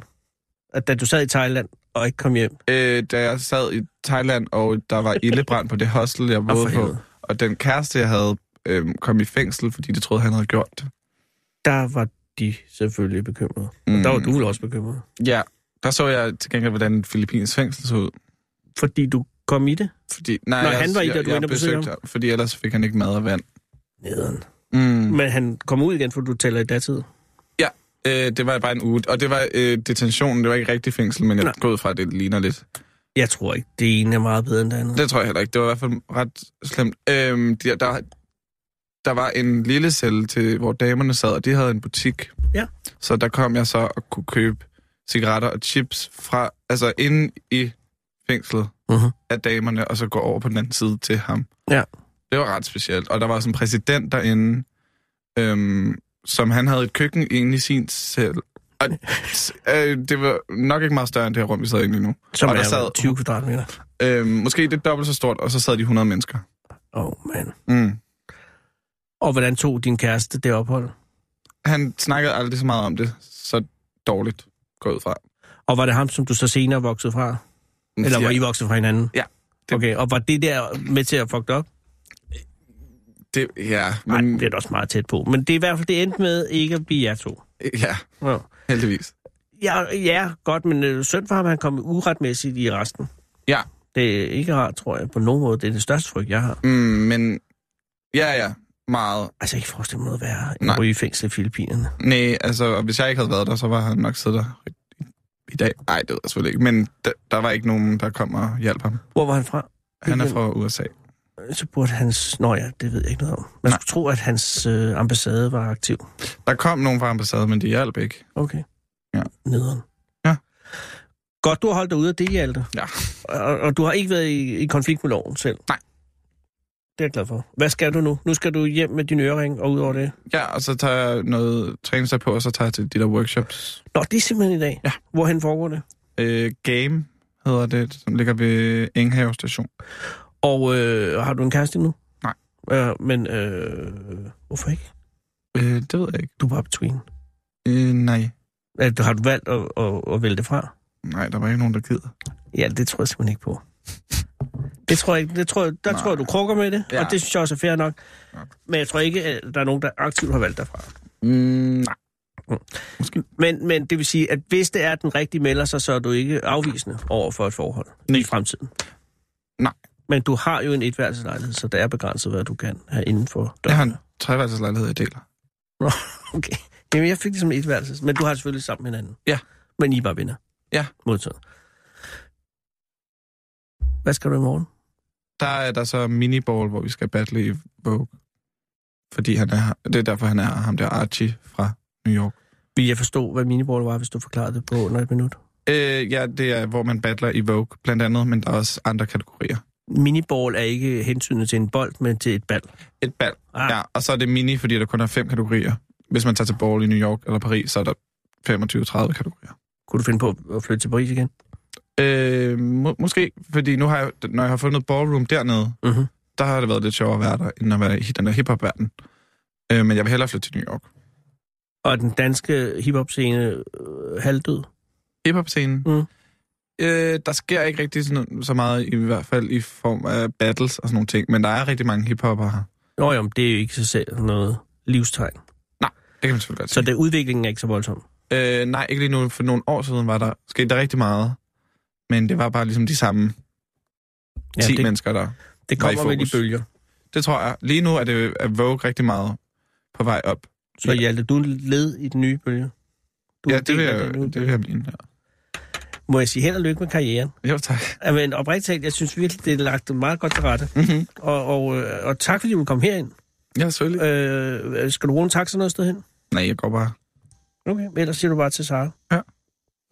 [SPEAKER 3] At da du sad i Thailand og ikke kom hjem,
[SPEAKER 6] Øh, da jeg sad i Thailand, og der var ildebrand på det hostel, jeg
[SPEAKER 3] for
[SPEAKER 6] boede på,
[SPEAKER 3] helvede.
[SPEAKER 6] øhm, og den kæreste, jeg havde, øh, kom i fængsel, fordi de troede, han havde gjort det.
[SPEAKER 3] der var de selvfølgelig bekymrede.
[SPEAKER 6] Mm.
[SPEAKER 3] Mm. Der var du vel også bekymret.
[SPEAKER 6] Ja, der så jeg til gengæld, hvordan et filippinsk fængsel så ud.
[SPEAKER 3] Fordi du kom i det?
[SPEAKER 6] Fordi, nej,
[SPEAKER 3] Nå,
[SPEAKER 6] jeg,
[SPEAKER 3] han var i det,
[SPEAKER 6] jeg,
[SPEAKER 3] og du var
[SPEAKER 6] jeg
[SPEAKER 3] inde og besøgte
[SPEAKER 6] besøgte ham, Fordi ellers fik han ikke mad og vand.
[SPEAKER 3] Nederen.
[SPEAKER 6] Mm.
[SPEAKER 3] Men han kom ud igen, for du taler i datid.
[SPEAKER 6] Øh, det var bare en uge. Og det var øh, detentionen, det var ikke rigtig fængsel, men jeg
[SPEAKER 3] Nej.
[SPEAKER 6] går ud fra, at det ligner lidt.
[SPEAKER 3] Jeg tror ikke, det ene er meget bedre end det andet.
[SPEAKER 6] Det tror jeg heller ikke. Det var i hvert fald ret slemt. Øhm, der, der, der var en lille celle, til, hvor damerne sad, og de havde en butik.
[SPEAKER 3] Ja.
[SPEAKER 6] Så der kom jeg så og kunne købe cigaretter og chips fra, altså inde i fængslet
[SPEAKER 3] Uh-huh.
[SPEAKER 6] af damerne, og så gå over på den anden side til ham.
[SPEAKER 3] Ja.
[SPEAKER 6] Det var ret specielt. Og der var sådan en præsident derinde, øhm, som han havde et køkken inde i sin celle. Og øh, det var nok ikke meget større end det her rum, vi sad inde i nu.
[SPEAKER 3] Som
[SPEAKER 6] og
[SPEAKER 3] er
[SPEAKER 6] der
[SPEAKER 3] sad...
[SPEAKER 6] sad,
[SPEAKER 3] 20 kvadratmeter.
[SPEAKER 6] øhm, måske det er dobbelt så stort, og så sad de 100 mennesker.
[SPEAKER 3] Åh, oh, mand.
[SPEAKER 6] Mm.
[SPEAKER 3] Og hvordan tog din kæreste det ophold?
[SPEAKER 6] Han snakkede aldrig så meget om det, så dårligt går jeg ud fra.
[SPEAKER 3] Og var det ham, som du så senere voksede fra? Eller var I vokset fra hinanden?
[SPEAKER 6] Ja.
[SPEAKER 3] Det... Okay, og var det der med til at fuck det op?
[SPEAKER 6] det, ja,
[SPEAKER 3] Nej,
[SPEAKER 6] men,
[SPEAKER 3] det er da også meget tæt på. Men det er i hvert fald, det endte med ikke at blive jer to.
[SPEAKER 6] ja,
[SPEAKER 3] Ja.
[SPEAKER 6] heldigvis.
[SPEAKER 3] Ja, ja, godt, men øh, synd for ham, han kom uretmæssigt i resten.
[SPEAKER 6] Ja.
[SPEAKER 3] Det er ikke rart, tror jeg, på nogen måde. Det er det største frygt, jeg har.
[SPEAKER 6] Mm, men ja, ja, meget.
[SPEAKER 3] Altså, jeg kan ikke forestille mig noget værre end
[SPEAKER 6] Nej.
[SPEAKER 3] at ryge i fængsel i Filippinerne.
[SPEAKER 6] Nej, altså, og hvis jeg ikke havde været der, så var han nok siddet der i- i dag. Nej, det ved jeg selvfølgelig ikke, men der, der var ikke nogen, der kom og hjalp ham.
[SPEAKER 3] Hvor var han fra?
[SPEAKER 6] Han er
[SPEAKER 3] Igen.
[SPEAKER 6] fra USA.
[SPEAKER 3] Så burde hans... Nå ja, det ved jeg ikke noget om. Man
[SPEAKER 6] Nej.
[SPEAKER 3] skulle tro, at hans øh, ambassade var aktiv.
[SPEAKER 6] Der kom nogen fra ambassaden, men de hjalp ikke.
[SPEAKER 3] Okay.
[SPEAKER 6] Ja.
[SPEAKER 3] Nederen.
[SPEAKER 6] Ja.
[SPEAKER 3] Godt, du har holdt dig ude af det, Hjalte.
[SPEAKER 6] Ja.
[SPEAKER 3] Og, og du har ikke været i, i konflikt med loven selv?
[SPEAKER 6] Nej.
[SPEAKER 3] Det er jeg glad for. Hvad skal du nu? Nu skal du hjem med din ørering, og ud over det.
[SPEAKER 6] Ja, og så tager jeg noget træningstøj på, og så tager jeg til de der workshops.
[SPEAKER 3] Nå, det er simpelthen i dag.
[SPEAKER 6] Ja.
[SPEAKER 3] Hvorhen foregår det?
[SPEAKER 6] Øh, Game hedder det, som ligger ved Enghave station.
[SPEAKER 3] Og øh, har du en kæreste nu?
[SPEAKER 6] Nej.
[SPEAKER 3] Øh, men øh, hvorfor ikke?
[SPEAKER 6] Øh, det ved jeg ikke.
[SPEAKER 3] Du var between.
[SPEAKER 6] Øh, nej.
[SPEAKER 3] Altså, har du valgt at, at, at vælge det fra?
[SPEAKER 6] Nej, der var ikke nogen, der gider.
[SPEAKER 3] Ja, det tror jeg simpelthen ikke på. Det tror jeg ikke. Det tror jeg, der
[SPEAKER 6] Nej.
[SPEAKER 3] tror jeg, du krukker med det, ja.
[SPEAKER 6] Ja.
[SPEAKER 3] og det synes jeg også er fair nok.
[SPEAKER 6] Ja.
[SPEAKER 3] Men jeg tror ikke, at der er nogen, der aktivt har valgt derfra.
[SPEAKER 6] Mm, nej.
[SPEAKER 3] Men, men det vil sige, at hvis det er, at den rigtige melder sig, så er du ikke afvisende over for et forhold i fremtiden.
[SPEAKER 6] Nej.
[SPEAKER 3] Men du har jo en etværelseslejlighed, så der er begrænset, hvad du kan have inden for
[SPEAKER 6] Jeg
[SPEAKER 3] døren.
[SPEAKER 6] har en treværelseslejlighed, jeg deler.
[SPEAKER 3] Okay. Jamen, jeg fik det som et værelses, men du har det selvfølgelig sammen med hinanden.
[SPEAKER 6] Ja.
[SPEAKER 3] Men I er bare vinder.
[SPEAKER 6] Ja.
[SPEAKER 3] Modtaget. Hvad skal du i morgen?
[SPEAKER 6] Der er der så miniball, hvor vi skal battle i Vogue. Fordi han er, det er derfor, han er ham der Archie fra New York.
[SPEAKER 3] Vil jeg forstå, hvad miniball var, hvis du forklarede det på under et minut?
[SPEAKER 6] Øh, ja, det er, hvor man battler i Vogue, blandt andet, men der er også andre kategorier.
[SPEAKER 3] Miniball er ikke hensynet til en bold, men til et bal.
[SPEAKER 6] Et ball.
[SPEAKER 3] Ah.
[SPEAKER 6] Ja, og så er det mini, fordi der kun er fem kategorier. Hvis man tager til ball i New York eller Paris, så er der 25-30 kategorier.
[SPEAKER 3] Kunne du finde på at flytte til Paris igen?
[SPEAKER 6] Øh, må, måske, fordi nu har jeg, når jeg har fundet ballroom dernede,
[SPEAKER 3] Mhm.
[SPEAKER 6] der har det været lidt sjovere at være der, end at være i den der hiphop-verden. Øh, men jeg vil hellere flytte til New York.
[SPEAKER 3] Og den danske hiphop-scene øh, halvdød?
[SPEAKER 6] Hiphop-scenen,
[SPEAKER 3] Mm.
[SPEAKER 6] øh, der sker ikke rigtig sådan, så meget, i hvert fald i form af battles og sådan nogle ting, men der er rigtig mange hiphopper her.
[SPEAKER 3] Nå jo, men det er jo ikke så selv noget livstegn.
[SPEAKER 6] Det kan man selvfølgelig godt
[SPEAKER 3] Så
[SPEAKER 6] sige.
[SPEAKER 3] det, udviklingen er ikke så voldsom.
[SPEAKER 6] Øh, nej, ikke lige nu. For nogle år siden var der, skete der rigtig meget, men det var bare ligesom de samme
[SPEAKER 3] Ja,
[SPEAKER 6] 10
[SPEAKER 3] det-
[SPEAKER 6] mennesker, der
[SPEAKER 3] Det
[SPEAKER 6] Var i
[SPEAKER 3] kommer med de
[SPEAKER 6] fokus.
[SPEAKER 3] bølger.
[SPEAKER 6] Det tror jeg. Lige nu er det er Vogue rigtig meget på vej op.
[SPEAKER 3] Så
[SPEAKER 6] Ja.
[SPEAKER 3] Hjalte, du er led i den nye bølge. Du er en
[SPEAKER 6] ja, det
[SPEAKER 3] del
[SPEAKER 6] vil,
[SPEAKER 3] af
[SPEAKER 6] jeg,
[SPEAKER 3] den nye
[SPEAKER 6] det
[SPEAKER 3] bølge.
[SPEAKER 6] vil jeg blive. Ja.
[SPEAKER 3] Må jeg sige held og lykke med karrieren.
[SPEAKER 6] Jo, tak.
[SPEAKER 3] Ja, Men oprigtigt talt, jeg synes virkelig, det er lagt meget godt til rette.
[SPEAKER 6] Mm-hmm.
[SPEAKER 3] Og, og, øh, og tak, fordi du kom herind.
[SPEAKER 6] Ja, selvfølgelig.
[SPEAKER 3] Øh, skal du bruge en taxa noget sted hen?
[SPEAKER 6] Nej, jeg går bare.
[SPEAKER 3] Okay. Ellers siger du bare til Sara.
[SPEAKER 6] Ja.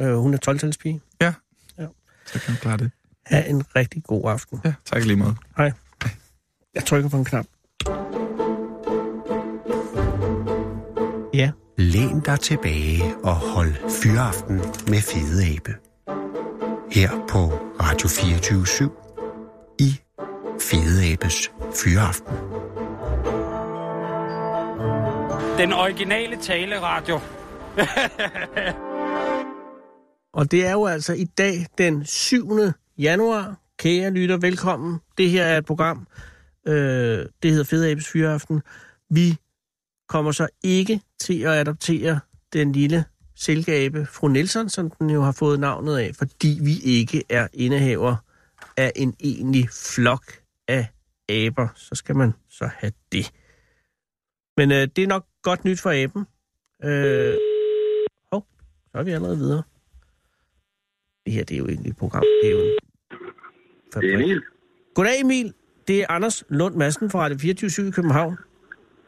[SPEAKER 3] Øh, hun er 12 pige.
[SPEAKER 6] Så kan jeg klare det.
[SPEAKER 3] Ha' en rigtig god aften.
[SPEAKER 6] Ja, tak lige meget.
[SPEAKER 3] Jeg trykker på en knap. Ja.
[SPEAKER 1] Læn dig tilbage og hold fyraften med Fede Abe. Her på Radio 24 i Fede Abes Fyraften.
[SPEAKER 5] Den originale taleradio.
[SPEAKER 3] Og det er jo altså i dag den 7. januar. Kære lytter, velkommen. Det her er et program. Øh, det hedder Fede Abes Fyraften. Vi kommer så ikke til at adoptere den lille silkeabe, fru Nielsen, som den jo har fået navnet af, fordi vi ikke er indehaver af en egentlig flok af aber. Så skal man så have det. Men øh, det er nok godt nyt for aben. Øh, hov, så er vi allerede videre. Det her, det er jo egentlig et program. Det er jo en
[SPEAKER 7] Det er
[SPEAKER 3] fabrik.
[SPEAKER 7] Emil.
[SPEAKER 3] Goddag Emil, det er Anders Lund Madsen fra Radio 24 i København.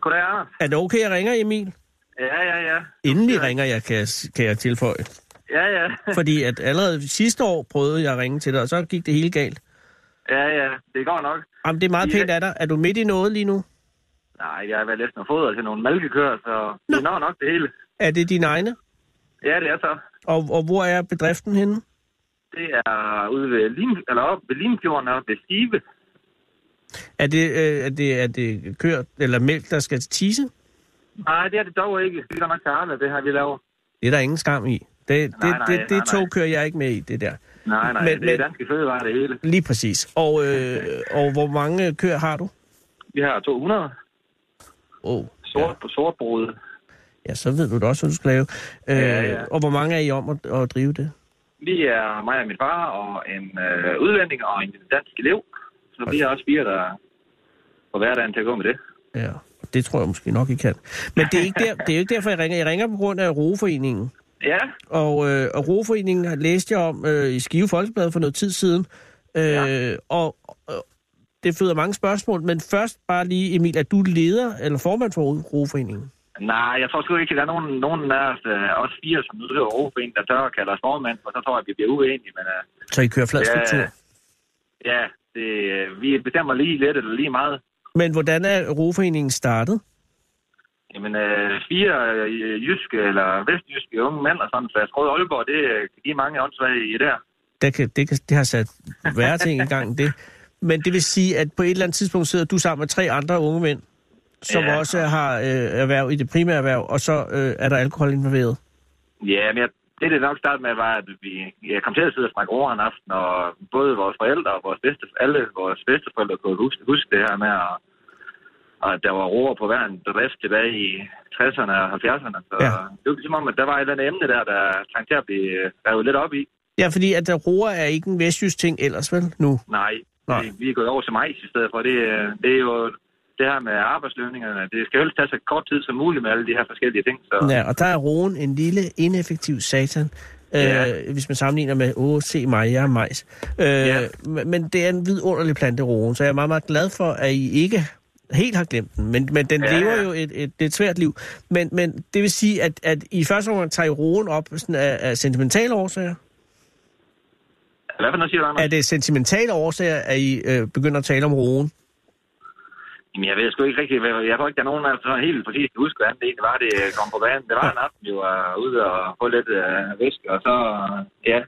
[SPEAKER 7] Goddag, Anders.
[SPEAKER 3] Er det okay, jeg ringer Emil?
[SPEAKER 7] Ja, ja, ja.
[SPEAKER 3] Endelig ringer jeg, kan jeg, kan jeg tilføje.
[SPEAKER 7] Ja, ja.
[SPEAKER 3] Fordi at allerede sidste år prøvede jeg at ringe til dig, og så gik det hele galt.
[SPEAKER 7] Ja, ja. Det går nok.
[SPEAKER 3] Jamen, det er meget
[SPEAKER 7] Ja.
[SPEAKER 3] pænt af dig. Er du midt i noget lige nu?
[SPEAKER 7] Nej, jeg har været næsten foder til nogle malkekøer, så det når nok det hele.
[SPEAKER 3] Er det dine egne?
[SPEAKER 7] Ja, det er så.
[SPEAKER 3] Og, og hvor er bedriften henne?
[SPEAKER 7] Det er ude ved, Lim, eller op ved Limfjorden og ved Skive.
[SPEAKER 3] Er det, øh, er det, er det køer eller mælk, der skal tisse?
[SPEAKER 7] Nej, det er det dog ikke. Det er godt nok Karla, det her, vi laver.
[SPEAKER 3] Det er der ingen skam i. Det, det,
[SPEAKER 7] Nej,
[SPEAKER 3] det,
[SPEAKER 7] nej,
[SPEAKER 3] det,
[SPEAKER 7] nej,
[SPEAKER 3] det
[SPEAKER 7] nej.
[SPEAKER 3] tog kører jeg ikke med i, det der.
[SPEAKER 7] Nej, nej,
[SPEAKER 3] Men-
[SPEAKER 7] men, det er
[SPEAKER 3] men-
[SPEAKER 7] danske fødevarer, det hele.
[SPEAKER 3] Lige præcis. Og, øh, og hvor mange køer har du?
[SPEAKER 7] Vi har 200
[SPEAKER 3] Åh, oh,
[SPEAKER 7] sort på sortbrød.
[SPEAKER 3] ja, så ved du da også, hvad du skal lave. Øh,
[SPEAKER 7] Ja, ja.
[SPEAKER 3] Og hvor mange er I om at, at drive det?
[SPEAKER 7] Vi er mig og min far og en øh, udlænding og en dansk elev. Så vi er også fire, der får hverdagen til at gå med det.
[SPEAKER 3] Ja, det tror jeg måske nok, I kan. Men det er ikke, der, det er jo ikke derfor, jeg ringer. Jeg ringer på grund af Roforeningen.
[SPEAKER 7] Ja,
[SPEAKER 3] Og, øh, og Roforeningen har- læste jeg om øh, i Skive Folkeblad for noget tid siden. Øh, ja. Og øh, det føder mange spørgsmål, men først bare lige, Emil, er du leder eller formand for Roforeningen?
[SPEAKER 7] nej, jeg tror sgu ikke, at der er nogen, nogen af os, øh, os fire, som nu driver Europaen, der tør at kalde os formand, for så tror jeg, at vi bliver uenige. Men øh,
[SPEAKER 3] Så I kører flad
[SPEAKER 7] Ja.
[SPEAKER 3] struktur.
[SPEAKER 7] ja, det, øh, vi bestemmer lige lidt eller lige meget.
[SPEAKER 3] Men hvordan er Roforeningen startet?
[SPEAKER 7] Jamen, øh, fire øh, jyske eller vestjyske unge mænd og sådan, så jeg tror, at Aalborg, det øh, kan give mange åndssvage i der.
[SPEAKER 3] Det, kan, det, kan, det har sat værre ting i gang, end det. Men det vil sige, at på et eller andet tidspunkt sidder du sammen med tre andre unge mænd, som ja.
[SPEAKER 7] Ja.
[SPEAKER 3] også har øh, erhverv i det primære erhverv, og så øh, er der alkohol involveret.
[SPEAKER 7] Ja, men jeg, det, det nok startede med, var, at vi jeg kom til at sidde og snakke over en aften, og både vores forældre og vores bedste, alle vores bedsteforældre kunne huske, huske det her med, og, og der var roer på hver en drift tilbage i 60'erne og 70'erne. Så
[SPEAKER 3] Ja.
[SPEAKER 7] ja. det var ligesom om, at der var et eller andet emne der, der trængte til at blive øh, revet lidt op i.
[SPEAKER 3] Ja, fordi at der roer er ikke en vestjysk ting ellers, vel, nu?
[SPEAKER 7] Nej,
[SPEAKER 3] Nej.
[SPEAKER 7] Nej. Vi, vi er gået over til majs i stedet for. Det, øh, det er jo det her med arbejdslønningerne. Det skal jo helst tage så kort tid som muligt med alle de her forskellige ting. Så
[SPEAKER 3] Ja, og der er roen en lille, ineffektiv satan, øh,
[SPEAKER 7] Ja.
[SPEAKER 3] hvis man sammenligner med, åh, se mig, jeg er majs. Øh,
[SPEAKER 7] Ja.
[SPEAKER 3] men, men det er en vidunderlig plante, roen, så jeg er meget, meget glad for, at I ikke helt har glemt den, men, men den ja,
[SPEAKER 7] Ja,
[SPEAKER 3] lever
[SPEAKER 7] ja.
[SPEAKER 3] jo et, et, et svært liv. Men, men det vil sige, at, at i første omgang tager I roen op sådan af, af sentimentale årsager.
[SPEAKER 7] hvad for noget siger du, Anders?
[SPEAKER 3] Er det sentimentale årsager, at I øh, begynder at tale om roen?
[SPEAKER 7] Jamen, jeg ved sgu ikke rigtigt. hvad- Jeg tror ikke, der er nogen af os, der helt præcis kan huske, hvordan det egentlig var, det øh, kom på banen. Det var en aften, vi var ude og få lidt øh, væsk, og så øh, ja,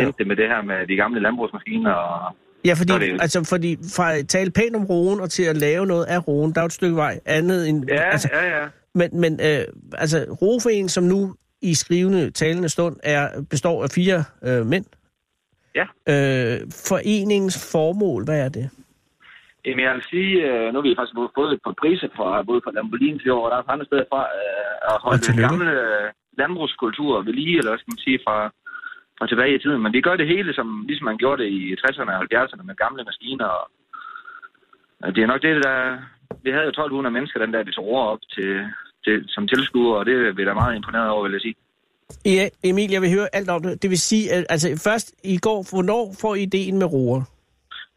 [SPEAKER 7] endte det med det her med de gamle landbrugsmaskiner. Og...
[SPEAKER 3] Ja, fordi,
[SPEAKER 7] Nå, det er jo-
[SPEAKER 3] altså, fordi fra at tale pænt om roen og til at lave noget af roen, der er jo et stykke vej andet end...
[SPEAKER 7] Ja,
[SPEAKER 3] altså,
[SPEAKER 7] altså... ja, ja.
[SPEAKER 3] Men, men øh, altså, Rofoen, som nu i skrivende, talende stund er, består af fire øh, mænd.
[SPEAKER 7] Ja.
[SPEAKER 3] Øh, foreningens formål, hvad er det?
[SPEAKER 7] Jamen, jeg vil sige, øh, nu har vi faktisk fået et par priser fra både fra Lamborghini i år, og der er andre steder fra øh, at holde den
[SPEAKER 3] tillykke.
[SPEAKER 7] gamle øh, landbrugskultur ved lige, eller hvad skal man sige, fra, fra tilbage i tiden. Men vi gør det hele, som ligesom man gjorde det i 60'erne og 70'erne med gamle maskiner. Og, og det er nok det, der... Vi havde jo 1200 mennesker den dag, vi tog over op til, til, som tilskuer, og det er vi da meget imponeret over, vil jeg sige.
[SPEAKER 3] Ja, E, Emil, jeg vil høre alt om det. Det vil sige, at altså, først i går, hvornår får I ideen med roer?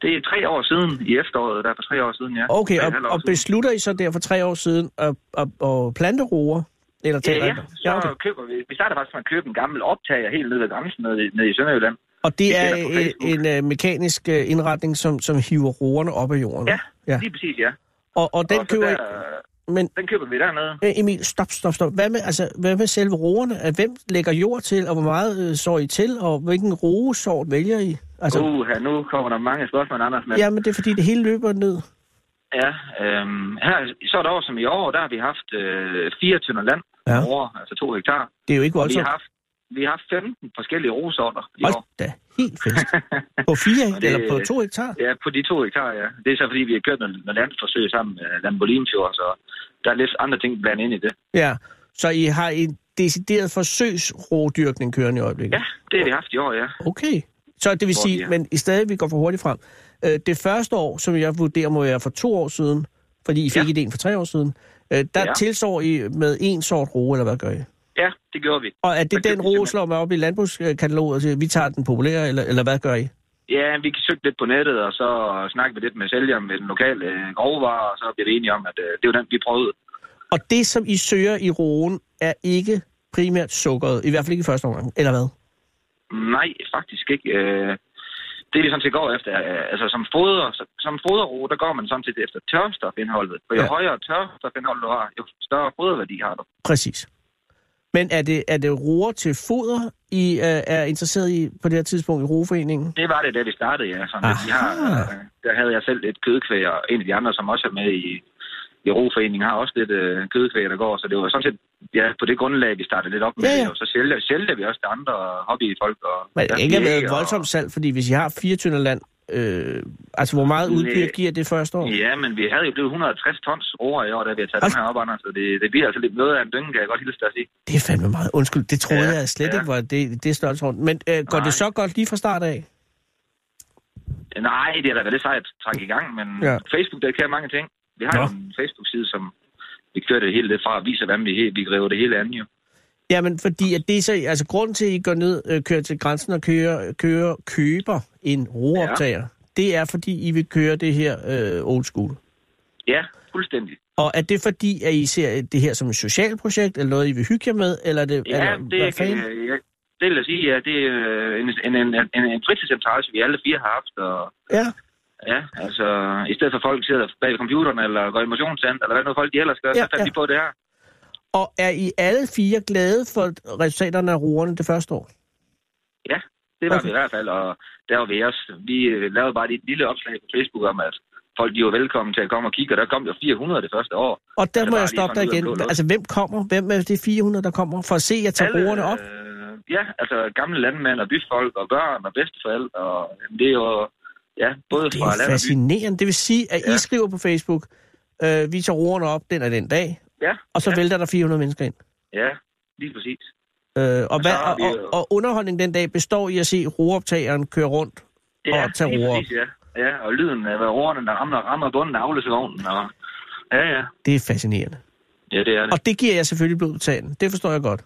[SPEAKER 7] Det er tre år siden i efteråret, der er for tre år siden, ja.
[SPEAKER 3] Okay,
[SPEAKER 7] Tre et
[SPEAKER 3] og,
[SPEAKER 7] halvt år
[SPEAKER 3] og
[SPEAKER 7] siden.
[SPEAKER 3] beslutter I så der for tre år siden at, at, at plante roer? Eller
[SPEAKER 7] Ja,
[SPEAKER 3] taler I
[SPEAKER 7] ja.
[SPEAKER 3] om-
[SPEAKER 7] Så
[SPEAKER 3] okay.
[SPEAKER 7] køber vi. Vi starter faktisk med at købe en gammel optager helt nede ved grænsen, nede, i- nede i Sønderjylland.
[SPEAKER 3] Og det
[SPEAKER 7] det
[SPEAKER 3] er
[SPEAKER 7] finder på
[SPEAKER 3] en,
[SPEAKER 7] Facebook.
[SPEAKER 3] en øh, mekanisk øh, indretning, som, som hiver roerne op af jorden.
[SPEAKER 7] Ja,
[SPEAKER 3] ja.
[SPEAKER 7] ja. lige præcis, ja.
[SPEAKER 3] Og, og den
[SPEAKER 7] og så
[SPEAKER 3] køber I...
[SPEAKER 7] der,
[SPEAKER 3] Men
[SPEAKER 7] den køber vi dernede.
[SPEAKER 3] Øh, Emil, stop, stop, stop. Hvad med, altså, hvad med selve roerne? Øh, Hvem lægger jord til, og hvor meget øh, sår I til, og hvilken roesort vælger I? Altså,
[SPEAKER 7] Altså, uh, nu kommer der mange spørgsmål, Anders. Men, ja.
[SPEAKER 3] Jamen, det er fordi, det hele løber ned.
[SPEAKER 7] ja øhm, her, så et år som i år, der har vi haft øh, fire tønder land
[SPEAKER 3] Ja.
[SPEAKER 7] ja. over, altså to hektar.
[SPEAKER 3] Det er jo ikke
[SPEAKER 7] Og vi
[SPEAKER 3] voldsomt.
[SPEAKER 7] har haft, vi har haft 15 forskellige rosorter i
[SPEAKER 3] Hold
[SPEAKER 7] år.
[SPEAKER 3] da, helt fest. På fire det...
[SPEAKER 7] Og det-
[SPEAKER 3] eller på to hektar?
[SPEAKER 7] Ja, på de to hektar, ja. Det er så, fordi vi har kørt noget, noget landforsøg sammen med Lamborghini så der er lidt andre ting blandt ind i det.
[SPEAKER 3] Ja, så I har en decideret forsøgsrodyrkning kørende i øjeblikket?
[SPEAKER 7] Ja, det har de haft i år, ja.
[SPEAKER 3] Okay. Så det vil
[SPEAKER 7] Hvor
[SPEAKER 3] sige,
[SPEAKER 7] de er.
[SPEAKER 3] men i stedet vi går for hurtigt frem. Øh, Det første år, som jeg vurderer, må være for to år siden, fordi I fik
[SPEAKER 7] Ja.
[SPEAKER 3] ideen for tre år siden, øh, der
[SPEAKER 7] Ja.
[SPEAKER 3] tilsår I med en sort roe, eller hvad gør I?
[SPEAKER 7] Ja, det gjorde vi.
[SPEAKER 3] Og er
[SPEAKER 7] Der
[SPEAKER 3] det
[SPEAKER 7] købte
[SPEAKER 3] den
[SPEAKER 7] vi
[SPEAKER 3] roe,
[SPEAKER 7] simpelthen-
[SPEAKER 3] slår man op i landbrugskataloget og siger, vi tager den populære, eller, eller hvad gør I?
[SPEAKER 7] Ja, vi kan søge lidt på nettet, og så snakke vi lidt med sælgeren med den lokale øh, grovvarer, og så bliver vi enige om, at øh, det var den, vi prøvede.
[SPEAKER 3] Og det, som I søger i roen, er ikke primært sukkeret, i hvert fald ikke i første omgang, eller hvad?
[SPEAKER 7] Nej, faktisk ikke. Øh, det er vi sådan set går efter. øh, Altså som foder, som foderro, der går man sådan set efter tørstofindholdet. For jo
[SPEAKER 3] Ja.
[SPEAKER 7] ja. højere tørstofindhold du har, jo større foderværdi har du.
[SPEAKER 3] Præcis. Men er det, er det roer til foder, I øh, er interesseret i på det her tidspunkt i roeforeningen?
[SPEAKER 7] Det var det, da vi startede, ja. Sådan, at vi
[SPEAKER 3] Aha.
[SPEAKER 7] har, øh, der havde jeg selv lidt kødkvæg, og en af de andre, som også er med i, i roforeningen, har også lidt øh, kødkvæg, der går. Så det var sådan set ja, på det grundlag, vi startede lidt op med
[SPEAKER 3] Ja,
[SPEAKER 7] ja,
[SPEAKER 3] ja.
[SPEAKER 7] ja. det. Og så sælger, sælger vi også til andre hobbyfolk. Og,
[SPEAKER 3] Men det
[SPEAKER 7] ja,
[SPEAKER 3] ikke har været
[SPEAKER 7] og-
[SPEAKER 3] et voldsomt salg, fordi hvis I har fire tynder land, øh, altså hvor meget udbyr
[SPEAKER 7] Næh.
[SPEAKER 3] giver det første år?
[SPEAKER 7] Ja, men vi havde jo blevet 160 tons roer i år, da vi har taget
[SPEAKER 3] Hold-
[SPEAKER 7] den her op, Anders, så det, det bliver altså lidt noget af en dynge, kan jeg godt hilse dig at sige.
[SPEAKER 3] Det er fandme meget. Undskyld, det troede
[SPEAKER 7] Ja,
[SPEAKER 3] jeg slet
[SPEAKER 7] ja.
[SPEAKER 3] ikke var det, det størrelsesorden. Men øh, går
[SPEAKER 7] Nej.
[SPEAKER 3] det så godt lige fra start af?
[SPEAKER 7] Nej, det er da været lidt sejt at trække i gang, men
[SPEAKER 3] Ja.
[SPEAKER 7] ja. Facebook, der kan mange ting. Vi har
[SPEAKER 3] Nå.
[SPEAKER 7] jo en Facebook-side, som vi kører det hele lidt fra og viser, hvordan vi, he- vi griber det hele an, jo.
[SPEAKER 3] Jamen, fordi at det er så, altså grunden til, at I går ned, øh, kører til grænsen og kører, kører, køber en roeoptager, ja. det er, fordi I vil køre det her øh, old school.
[SPEAKER 7] Ja, fuldstændig.
[SPEAKER 3] Og er det fordi, at I ser det her som et socialt projekt, eller noget, I vil hygge jer med, eller er det...
[SPEAKER 7] Ja,
[SPEAKER 3] eller,
[SPEAKER 7] det,
[SPEAKER 3] hvad fanden?
[SPEAKER 7] øh, ja, det vil jeg sige, ja, det er øh, en, en, en, en, en fritidsinteresse, vi alle fire har haft, og
[SPEAKER 3] Ja,
[SPEAKER 7] Ja, altså i stedet for at folk sidder bag computeren eller går i motionscenter, eller hvad nu folk de ellers gør,
[SPEAKER 3] Ja,
[SPEAKER 7] ja, så fandt
[SPEAKER 3] ja.
[SPEAKER 7] ja. de på det her.
[SPEAKER 3] og er I alle fire glade for resultaterne af roerne det første år?
[SPEAKER 7] Det var
[SPEAKER 3] Okay.
[SPEAKER 7] vi i hvert fald, og der var vi også. Vi øh, lavede bare et lille opslag på Facebook om, at folk de var velkommen til at komme og kigge, og der kom jo 400 det første år.
[SPEAKER 3] Og der
[SPEAKER 7] Altså,
[SPEAKER 3] må
[SPEAKER 7] bare
[SPEAKER 3] jeg
[SPEAKER 7] lige
[SPEAKER 3] stoppe dig
[SPEAKER 7] sådan ud af
[SPEAKER 3] igen.
[SPEAKER 7] blå luft.
[SPEAKER 3] Altså, hvem kommer? Hvem er de 400, der kommer for at se jer tage roerne op?
[SPEAKER 7] Øh, ja, altså gamle landmænd og byfolk og børn og bedsteforældre, og jamen, det er jo ja, både
[SPEAKER 3] Det
[SPEAKER 7] fra
[SPEAKER 3] er
[SPEAKER 7] land og by.
[SPEAKER 3] fascinerende. Det vil sige, at ja. I
[SPEAKER 7] Ja.
[SPEAKER 3] skriver på Facebook, øh, vi tager roerne op den og den dag,
[SPEAKER 7] Ja,
[SPEAKER 3] og så ja.
[SPEAKER 7] ja.
[SPEAKER 3] vælter der 400 mennesker ind.
[SPEAKER 7] ja, lige præcis.
[SPEAKER 3] Øh, og,
[SPEAKER 7] så
[SPEAKER 3] hvad,
[SPEAKER 7] har
[SPEAKER 3] og,
[SPEAKER 7] vi jo-
[SPEAKER 3] og, og underholdningen den dag består i at se roeoptageren køre rundt.
[SPEAKER 7] Ja,
[SPEAKER 3] Og tage
[SPEAKER 7] lige
[SPEAKER 3] roer
[SPEAKER 7] præcis, ja. ja, og lyden af roerne, der rammer, rammer bunden af afløsevognen, og ja, ja.
[SPEAKER 3] Det er fascinerende.
[SPEAKER 7] Ja, det er det.
[SPEAKER 3] Og det giver jeg selvfølgelig blod på tanden. Det forstår jeg godt.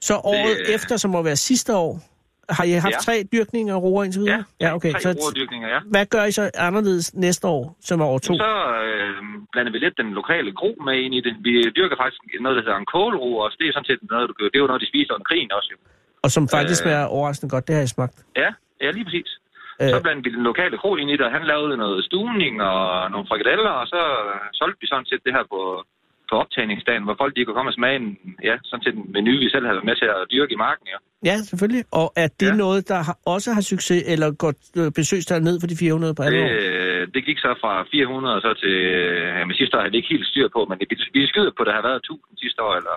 [SPEAKER 3] Så året det...
[SPEAKER 7] øh,
[SPEAKER 3] efter, som må være sidste år, har I haft ja.
[SPEAKER 7] Ja.
[SPEAKER 3] tre dyrkninger af roer indtil videre? ja okay.
[SPEAKER 7] Tre
[SPEAKER 3] Så
[SPEAKER 7] rodyrkninger, ja.
[SPEAKER 3] hvad gør I så anderledes næste år, som er år to?
[SPEAKER 7] Så øh, blander vi lidt den lokale gro med ind i det. Vi dyrker faktisk noget, der hedder en kålro, og det er sådan set noget, du gør. Det er jo noget, de spiser under krigen også. Jo.
[SPEAKER 3] Og som faktisk
[SPEAKER 7] Øh.
[SPEAKER 3] øh... er overraskende godt, det har jeg smagt.
[SPEAKER 7] Ja, ja, lige præcis.
[SPEAKER 3] Øh.
[SPEAKER 7] Øh. Så blandede vi den lokale kro ind i det, og han lavede noget stuvning og nogle frikadeller, og så øh, solgte vi sådan set det her på, på optagningsdagen, hvor folk de kunne komme og smage en, ja, sådan set en menu, vi selv havde været med til at dyrke i marken. Ja.
[SPEAKER 3] Ja, selvfølgelig. Og er det ja.
[SPEAKER 7] Ja.
[SPEAKER 3] noget, der har, også har succes, eller går øh, besøgstallet ned for de 400 på alle
[SPEAKER 7] Det,
[SPEAKER 3] år?
[SPEAKER 7] øh, det gik så fra 400 og så til... øh, Jamen, sidste år havde vi ikke helt styr på, men vi, vi skyder på, at der har været 1000 sidste år, eller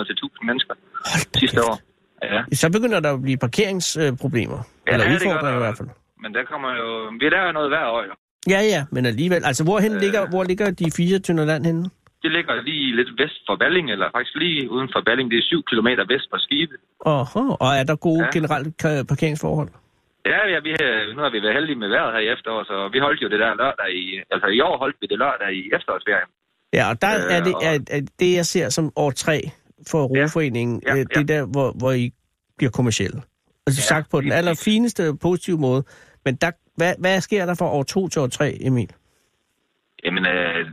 [SPEAKER 7] 800-900 til 1000 mennesker
[SPEAKER 3] Hold da
[SPEAKER 7] sidste
[SPEAKER 3] kæft.
[SPEAKER 7] år. Ja,
[SPEAKER 3] Så begynder der at blive parkeringsproblemer.
[SPEAKER 7] Ja,
[SPEAKER 3] eller
[SPEAKER 7] det gør
[SPEAKER 3] udfordringer
[SPEAKER 7] der.
[SPEAKER 3] i hvert fald.
[SPEAKER 7] men der kommer jo... Vi laver noget hver år, jo.
[SPEAKER 3] Ja, ja, men alligevel. Altså, hvorhen øh...
[SPEAKER 7] Øh.
[SPEAKER 3] ligger, hvor ligger de fire tynder land henne?
[SPEAKER 7] Det ligger lige lidt vest for Balling, eller faktisk lige uden for Balling. Det er 7 km vest for Skive.
[SPEAKER 3] Oho, og er der gode ja.
[SPEAKER 7] Ja.
[SPEAKER 3] generelt ka- parkeringsforhold?
[SPEAKER 7] Ja, ja vi, har- nu har vi været heldige med vejret her i efterår, så vi holdt jo det der lørdag i... Altså i år holdt vi det lørdag i efterårsferien.
[SPEAKER 3] Ja, og der
[SPEAKER 7] Øh,
[SPEAKER 3] er, det,
[SPEAKER 7] og-
[SPEAKER 3] er, er det, jeg ser som år tre for Roforeningen, ja.
[SPEAKER 7] Ja,
[SPEAKER 3] Ja,
[SPEAKER 7] ja.
[SPEAKER 3] ja. det der, hvor, hvor I bliver kommersielle. Altså ja,
[SPEAKER 7] Ja,
[SPEAKER 3] sagt på den
[SPEAKER 7] lige præcis.
[SPEAKER 3] allerfineste positive måde. Men der, hvad, hvad sker der fra år to til år tre, Emil?
[SPEAKER 7] Jamen, øh,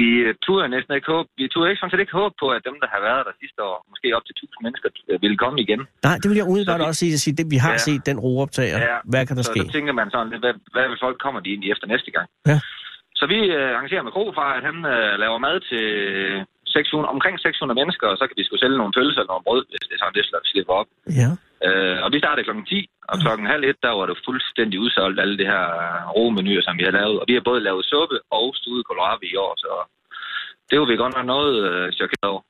[SPEAKER 7] vi turde næsten ikke håbe, vi turde ikke, sådan set ikke håbe på, at dem, der har været der sidste år, måske op til 1000 mennesker, øh, ville komme igen.
[SPEAKER 3] Nej, det vil jeg umiddelbart
[SPEAKER 7] Så vi-
[SPEAKER 3] også sige, at sige, det, vi har ja.
[SPEAKER 7] Ja.
[SPEAKER 3] set den roeoptager. Ja. Hvad kan der
[SPEAKER 7] så
[SPEAKER 3] ske?
[SPEAKER 7] Så tænker man sådan lidt, hvad, hvad vil folk kommer de egentlig efter næste gang?
[SPEAKER 3] Ja.
[SPEAKER 7] Så vi øh, arrangerer med Krofar, at han øh, laver mad til 600, omkring 600 mennesker, og så kan vi skulle sælge nogle pølser eller noget brød, hvis det er sådan, det slår- slipper op.
[SPEAKER 3] Ja.
[SPEAKER 7] Øh, og vi startede klokken 10, og
[SPEAKER 3] Mm.
[SPEAKER 7] klokken halv et, der var det fuldstændig udsolgt, alle de her romenuer, som vi har lavet. Og vi har både lavet suppe og studet kohlrabi i år, så det var vi godt nok noget øh, chokeret over.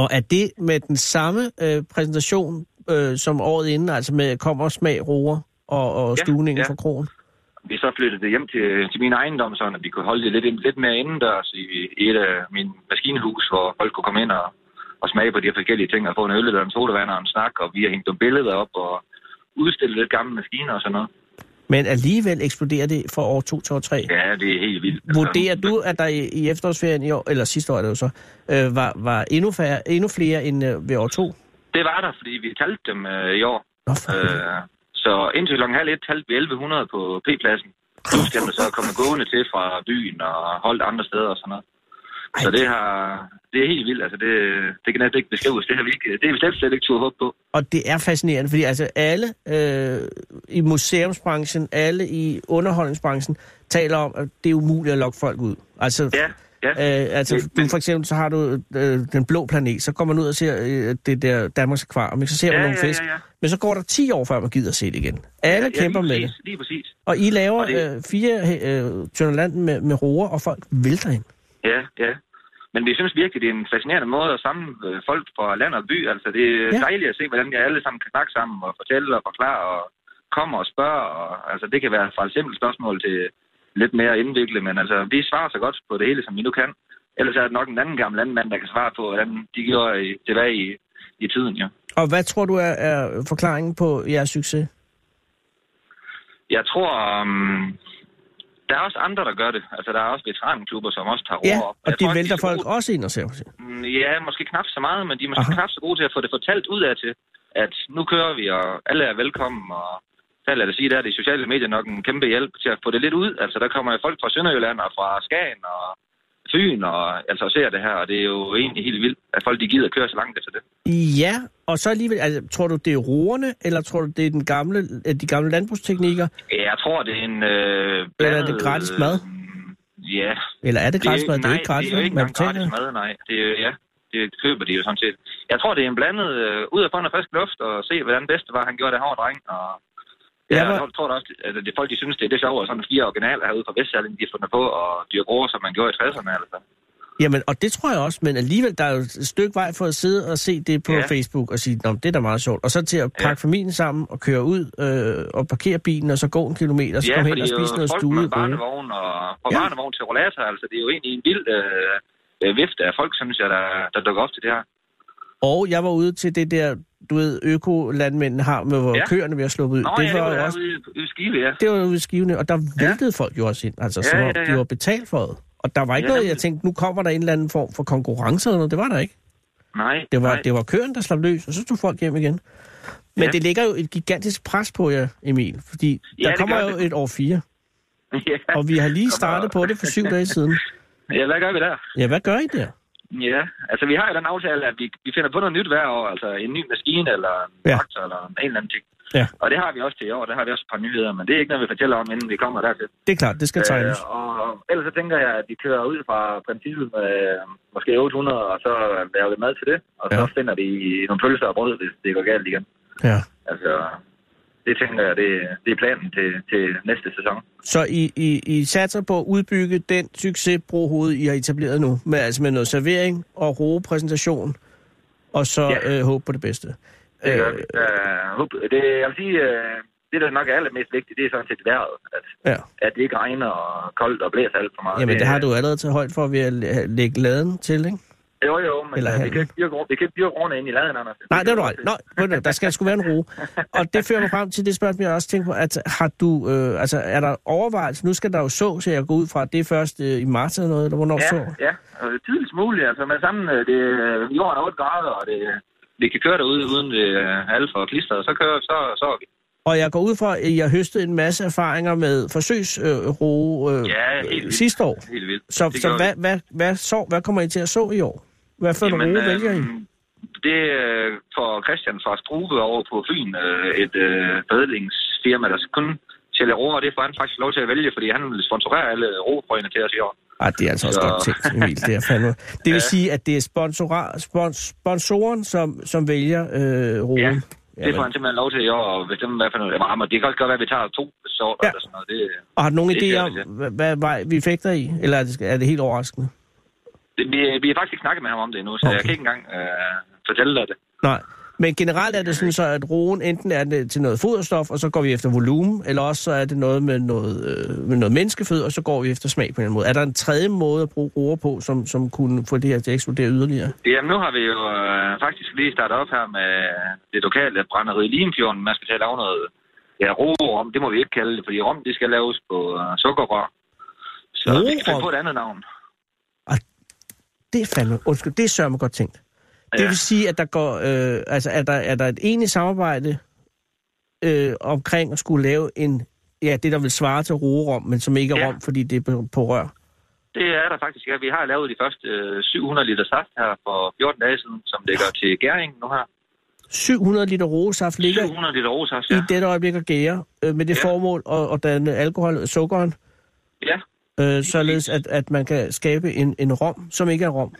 [SPEAKER 3] Og er det med den samme øh, præsentation øh, som året inden, altså med kommer smag, roer og, og
[SPEAKER 7] Ja,
[SPEAKER 3] stuvningen
[SPEAKER 7] ja.
[SPEAKER 3] fra krogen?
[SPEAKER 7] vi så flyttede det hjem til, til min ejendom, sådan at vi kunne holde det lidt, lidt mere indendørs i, i et af mine maskinhus, hvor folk kunne komme ind og, og smage på de her forskellige ting, og få en øl eller en sodavand og en snak, og vi har hængt nogle billeder op og udstillet lidt gamle maskiner og sådan noget.
[SPEAKER 3] Men alligevel eksploderer det fra år 2 til år 3.
[SPEAKER 7] Ja, det er helt vildt. Altså,
[SPEAKER 3] Vurderer du, at der i, i efterårsferien i år, eller sidste år er det jo så, øh, var, var endnu, færre, endnu flere end øh, ved år 2?
[SPEAKER 7] Det var der, fordi vi talte dem øh, i år.
[SPEAKER 3] Nå, for helvede.
[SPEAKER 7] Øh, så indtil klokken halv et talte vi 1100 på P-pladsen. Nu skal man så komme gående til fra byen og holdt andre steder og sådan noget. Så det, har, det er helt vildt. Altså det, det kan næsten ikke beskrives. Det har vi, ikke, det har vi slet, slet ikke turde håbe på.
[SPEAKER 3] Og det er fascinerende, fordi altså alle øh, i museumsbranchen, alle i underholdningsbranchen, taler om, at det er umuligt at lokke folk ud. Altså,
[SPEAKER 7] Ja, ja.
[SPEAKER 3] øh, altså
[SPEAKER 7] Men-
[SPEAKER 3] du, for eksempel, så har du øh, den blå planet, så går man ud og ser øh, det der Danmarks Akvarium, ikke? så ser man
[SPEAKER 7] Ja,
[SPEAKER 3] nogle
[SPEAKER 7] ja,
[SPEAKER 3] fisk.
[SPEAKER 7] ja, ja.
[SPEAKER 3] Men så går der 10 år, før man gider se det igen. Alle
[SPEAKER 7] Ja,
[SPEAKER 3] kæmper
[SPEAKER 7] lige
[SPEAKER 3] med det.
[SPEAKER 7] præcis, Lige præcis.
[SPEAKER 3] Og I laver
[SPEAKER 7] Og
[SPEAKER 3] det...
[SPEAKER 7] det-
[SPEAKER 3] øh, fire øh, journalanten med, med roer, og folk vælter ind.
[SPEAKER 7] Ja, ja. Men vi synes virkelig, det er en fascinerende måde at samle øh, folk fra land og by. Altså, det er
[SPEAKER 3] Ja.
[SPEAKER 7] ja. dejligt at se, hvordan de alle sammen kan snakke sammen og fortælle og forklare og kommer og spørger. Og, altså, det kan være fra et simpelt spørgsmål til lidt mere indviklet, men altså, vi svarer så godt på det hele, som vi nu kan. Ellers er det nok en anden gammel landmand, der kan svare på, hvordan de gjorde i, tilbage i, i tiden, jo.
[SPEAKER 3] Og hvad tror du er, er forklaringen på jeres succes?
[SPEAKER 7] Jeg tror, um, der er også andre, der gør det. Altså, der er også veteranklubber, som også tager
[SPEAKER 3] Ja,
[SPEAKER 7] ord op.
[SPEAKER 3] og
[SPEAKER 7] Jeg
[SPEAKER 3] de
[SPEAKER 7] tror ikke,
[SPEAKER 3] vælter
[SPEAKER 7] er så
[SPEAKER 3] folk
[SPEAKER 7] gode-
[SPEAKER 3] også ind og ser. på det.
[SPEAKER 7] Mm, Ja, måske knap så meget, men de er måske
[SPEAKER 3] Aha.
[SPEAKER 7] Aha. knap så gode til at få det fortalt ud af til, at nu kører vi, og alle er velkommen, og der lad det sige, der er de sociale medier nok en kæmpe hjælp til at få det lidt ud. Altså, der kommer jo folk fra Sønderjylland og fra Skagen og Fyn, og altså og ser det her, og det er jo egentlig helt vildt, at folk de gider køre så langt efter det.
[SPEAKER 3] Ja, og så alligevel, altså, tror du, det er roerne, eller tror du, det er den gamle, øh, de gamle landbrugsteknikker,
[SPEAKER 7] Ja, Jeg tror, det er en... Øh,
[SPEAKER 3] Eller er det gratis mad?
[SPEAKER 7] Mm, Ja,
[SPEAKER 3] eller er det
[SPEAKER 7] Det er
[SPEAKER 3] gratis mad?
[SPEAKER 7] ikke-
[SPEAKER 3] Det er jo
[SPEAKER 7] nej,
[SPEAKER 3] ikke gratis,
[SPEAKER 7] det er jo ikke
[SPEAKER 3] man
[SPEAKER 7] engang gratis
[SPEAKER 3] betaler.
[SPEAKER 7] mad, nej. Det er, ja, det køber de jo sådan set. Jeg tror, det er en blandet øh, ud af fond og frisk luft, og se, hvordan bedste var, han gjorde det hårde dreng. Og, ja,
[SPEAKER 3] Ja,
[SPEAKER 7] jeg
[SPEAKER 3] hvor-
[SPEAKER 7] tror da også, at det, folk de synes, det er det sjovt, at sådan fire originaler herude fra Vestsjælland, de har fundet på, og dyrke roer, som man gjorde i 60'erne. Altså.
[SPEAKER 3] Jamen, og det tror jeg også, men alligevel, der er jo et stykke vej for at sidde og se det på ja.
[SPEAKER 7] Ja.
[SPEAKER 3] Facebook og sige, Nå, men det er da meget sjovt. Og så til at pakke
[SPEAKER 7] Ja.
[SPEAKER 3] familien sammen og køre ud øh, og parkere bilen, og så gå en kilometer, og så
[SPEAKER 7] ja,
[SPEAKER 3] komme hen
[SPEAKER 7] fordi
[SPEAKER 3] og spise
[SPEAKER 7] jo
[SPEAKER 3] noget
[SPEAKER 7] folk
[SPEAKER 3] stue.
[SPEAKER 7] med barnevogn og fra
[SPEAKER 3] Ja.
[SPEAKER 7] ja. barnevogn til rollator, altså det er jo egentlig en vild øh, øh, vifte af folk, synes jeg, der, der dukker op til det her.
[SPEAKER 3] Og jeg var ude til det der, du ved, økolandmændene har med, hvor ja.
[SPEAKER 7] Ja.
[SPEAKER 3] køerne bliver sluppet ud.
[SPEAKER 7] Nå,
[SPEAKER 3] det
[SPEAKER 7] ja,
[SPEAKER 3] var
[SPEAKER 7] det
[SPEAKER 3] jo
[SPEAKER 7] var
[SPEAKER 3] også,
[SPEAKER 7] herude i- i Skive, ja.
[SPEAKER 3] det var jo udskivende, og der væltede ja. folk jo også ind, altså, ja, som ja, ja. de var betalt for det. Og der var ikke ja,
[SPEAKER 7] Ja,
[SPEAKER 3] noget,
[SPEAKER 7] nemlig.
[SPEAKER 3] jeg tænkte, nu kommer der en eller anden form for konkurrence eller noget. Det var der ikke.
[SPEAKER 7] Nej,
[SPEAKER 3] Det var,
[SPEAKER 7] nej.
[SPEAKER 3] det var køerne, der slap løs, og så tog folk hjem igen. Men ja.
[SPEAKER 7] Ja.
[SPEAKER 3] det ligger jo et gigantisk pres på jer, Emil, fordi
[SPEAKER 7] Ja,
[SPEAKER 3] der
[SPEAKER 7] det
[SPEAKER 3] kommer
[SPEAKER 7] gør
[SPEAKER 3] jo
[SPEAKER 7] det.
[SPEAKER 3] et år fire,
[SPEAKER 7] ja.
[SPEAKER 3] og vi har lige startet på det for syv dage siden.
[SPEAKER 7] ja, hvad gør vi der?
[SPEAKER 3] Ja, hvad gør I der?
[SPEAKER 7] Ja, altså vi har jo den aftale, at vi, vi finder på noget nyt hver år, altså en ny maskine eller en
[SPEAKER 3] Ja.
[SPEAKER 7] ja. traktor eller en eller anden ting.
[SPEAKER 3] Ja.
[SPEAKER 7] Og det har vi også til i år, der har vi også et par nyheder, men det er ikke noget, vi fortæller om, inden vi kommer dertil.
[SPEAKER 3] Det er klart, det skal tegnes.
[SPEAKER 7] og, og ellers så tænker jeg, at vi kører ud fra princippet med øh, måske 800, og så laver vi mad til det, og så
[SPEAKER 3] Ja.
[SPEAKER 7] finder vi nogle pølser og brød, hvis det går galt igen.
[SPEAKER 3] Ja.
[SPEAKER 7] Altså, det tænker jeg, det, det er planen til, til næste sæson.
[SPEAKER 3] Så I, I, I satser på at udbygge den succesbrohoved, I har etableret nu, med, altså med noget servering og roe præsentation, og så ja.
[SPEAKER 7] Ja.
[SPEAKER 3] øh, håbe på det bedste.
[SPEAKER 7] Det gør vi. Øh, håb- det, jeg vil sige, øh, det der nok er allermest vigtigt, det er sådan set vejret, at
[SPEAKER 3] Ja.
[SPEAKER 7] at det ikke regner og koldt og blæser alt for meget.
[SPEAKER 3] Jamen, det har du allerede taget højt for ved at læ- lægge laden til, ikke?
[SPEAKER 7] Jo, jo, men
[SPEAKER 3] Eller
[SPEAKER 7] Eller vi
[SPEAKER 3] han.
[SPEAKER 7] kan ikke dyrke, vi kan ikke dyrke rundt ind i laden, Anders.
[SPEAKER 3] Nej, det er du ret. Nå, ved du, der skal sgu være en ro. Og det fører mig frem til det spørgsmål, jeg også tænker på, at har du, øh, altså, er der overvejelse? Nu skal der jo så, så jeg går ud fra, at det er først øh, i marts eller noget, eller hvornår
[SPEAKER 7] Ja,
[SPEAKER 3] så?
[SPEAKER 7] ja. Og Tidligst muligt. Altså, men sammen, øh, det, øh, jorden er 8 grader, og det, vi kan køre derude uden det øh, alt for klistret, så kører så, så er vi.
[SPEAKER 3] Og jeg går ud fra, at I har høstet en masse erfaringer med forsøgsro øh,
[SPEAKER 7] Ja, helt
[SPEAKER 3] øh,
[SPEAKER 7] vildt.
[SPEAKER 3] sidste år.
[SPEAKER 7] Helt vildt.
[SPEAKER 3] Så,
[SPEAKER 7] Det
[SPEAKER 3] så
[SPEAKER 7] gør
[SPEAKER 3] hvad,
[SPEAKER 7] vi.
[SPEAKER 3] hvad, hvad, så, hvad kommer I til at så i år? Hvad for Jamen, nogle vælger
[SPEAKER 7] øhm,
[SPEAKER 3] I?
[SPEAKER 7] øh, det øh, får Christian fra Struve over på Fyn, øh, et øh, badlingsfirma, der kun sælger roer, og det får han faktisk lov til at vælge, fordi han vil sponsorere alle roefrøene til os i år.
[SPEAKER 3] Ej, det er altså også
[SPEAKER 7] Så-
[SPEAKER 3] godt tænkt, Emil. Det, er fandme. det vil sige, at det er sponsora, spons, sponsoren, som, som vælger øh, roen.
[SPEAKER 7] Ja, Det får
[SPEAKER 3] Jamen.
[SPEAKER 7] han simpelthen lov til i år, og bestemme, hvad for noget rammer. Det kan også godt være, at vi tager to sorter
[SPEAKER 3] Ja.
[SPEAKER 7] ja. eller sådan noget. Det,
[SPEAKER 3] Og har du nogen
[SPEAKER 7] Det
[SPEAKER 3] idé
[SPEAKER 7] gør
[SPEAKER 3] om,
[SPEAKER 7] det, ja.
[SPEAKER 3] hvad, hvad vej vi fægter i? Eller er det, er det helt overraskende?
[SPEAKER 7] det, vi, vi har faktisk ikke snakket med ham om det endnu, så
[SPEAKER 3] Okay.
[SPEAKER 7] okay. jeg kan ikke engang øh, fortælle dig det.
[SPEAKER 3] Nej. Men generelt er det sådan så, at roen enten er det til noget foderstof, og så går vi efter volumen, eller også så er det noget med noget, øh, med noget menneskefød, og så går vi efter smag på en eller anden måde. Er der en tredje måde at bruge roer på, som, som kunne få det her til at eksplodere yderligere?
[SPEAKER 7] Jamen, nu har vi jo øh, faktisk lige startet op her med det lokale brænderi i Limfjorden. Man skal til at lave noget ja, rom. Det må vi ikke kalde det, fordi rom, det skal laves på øh, sukkerrør. Så vi kan
[SPEAKER 3] Roerom?
[SPEAKER 7] finde på et andet navn.
[SPEAKER 3] Det er fandme, undskyld, det er sørme godt tænkt. Det
[SPEAKER 7] Ja.
[SPEAKER 3] vil sige, at der går, øh, altså, er, der, er der et enigt samarbejde øh, omkring at skulle lave en, ja, det der vil svare til roerom, men som ikke er
[SPEAKER 7] Ja.
[SPEAKER 3] rom, fordi det er på, på rør.
[SPEAKER 7] Det er der faktisk. Ja, vi har lavet de første øh, 700 liter saft her for 14 dage siden, som ligger til gæring nu her.
[SPEAKER 3] 700 liter roesaft ligger
[SPEAKER 7] 700 liter rosaft,
[SPEAKER 3] ja.
[SPEAKER 7] ja.
[SPEAKER 3] i dette øjeblik at gære øh, med det ja.
[SPEAKER 7] Ja.
[SPEAKER 3] formål at, at danne alkohol og sukkeren,
[SPEAKER 7] Ja,
[SPEAKER 3] øh, således at, at man kan skabe en, en rom, som ikke er rom.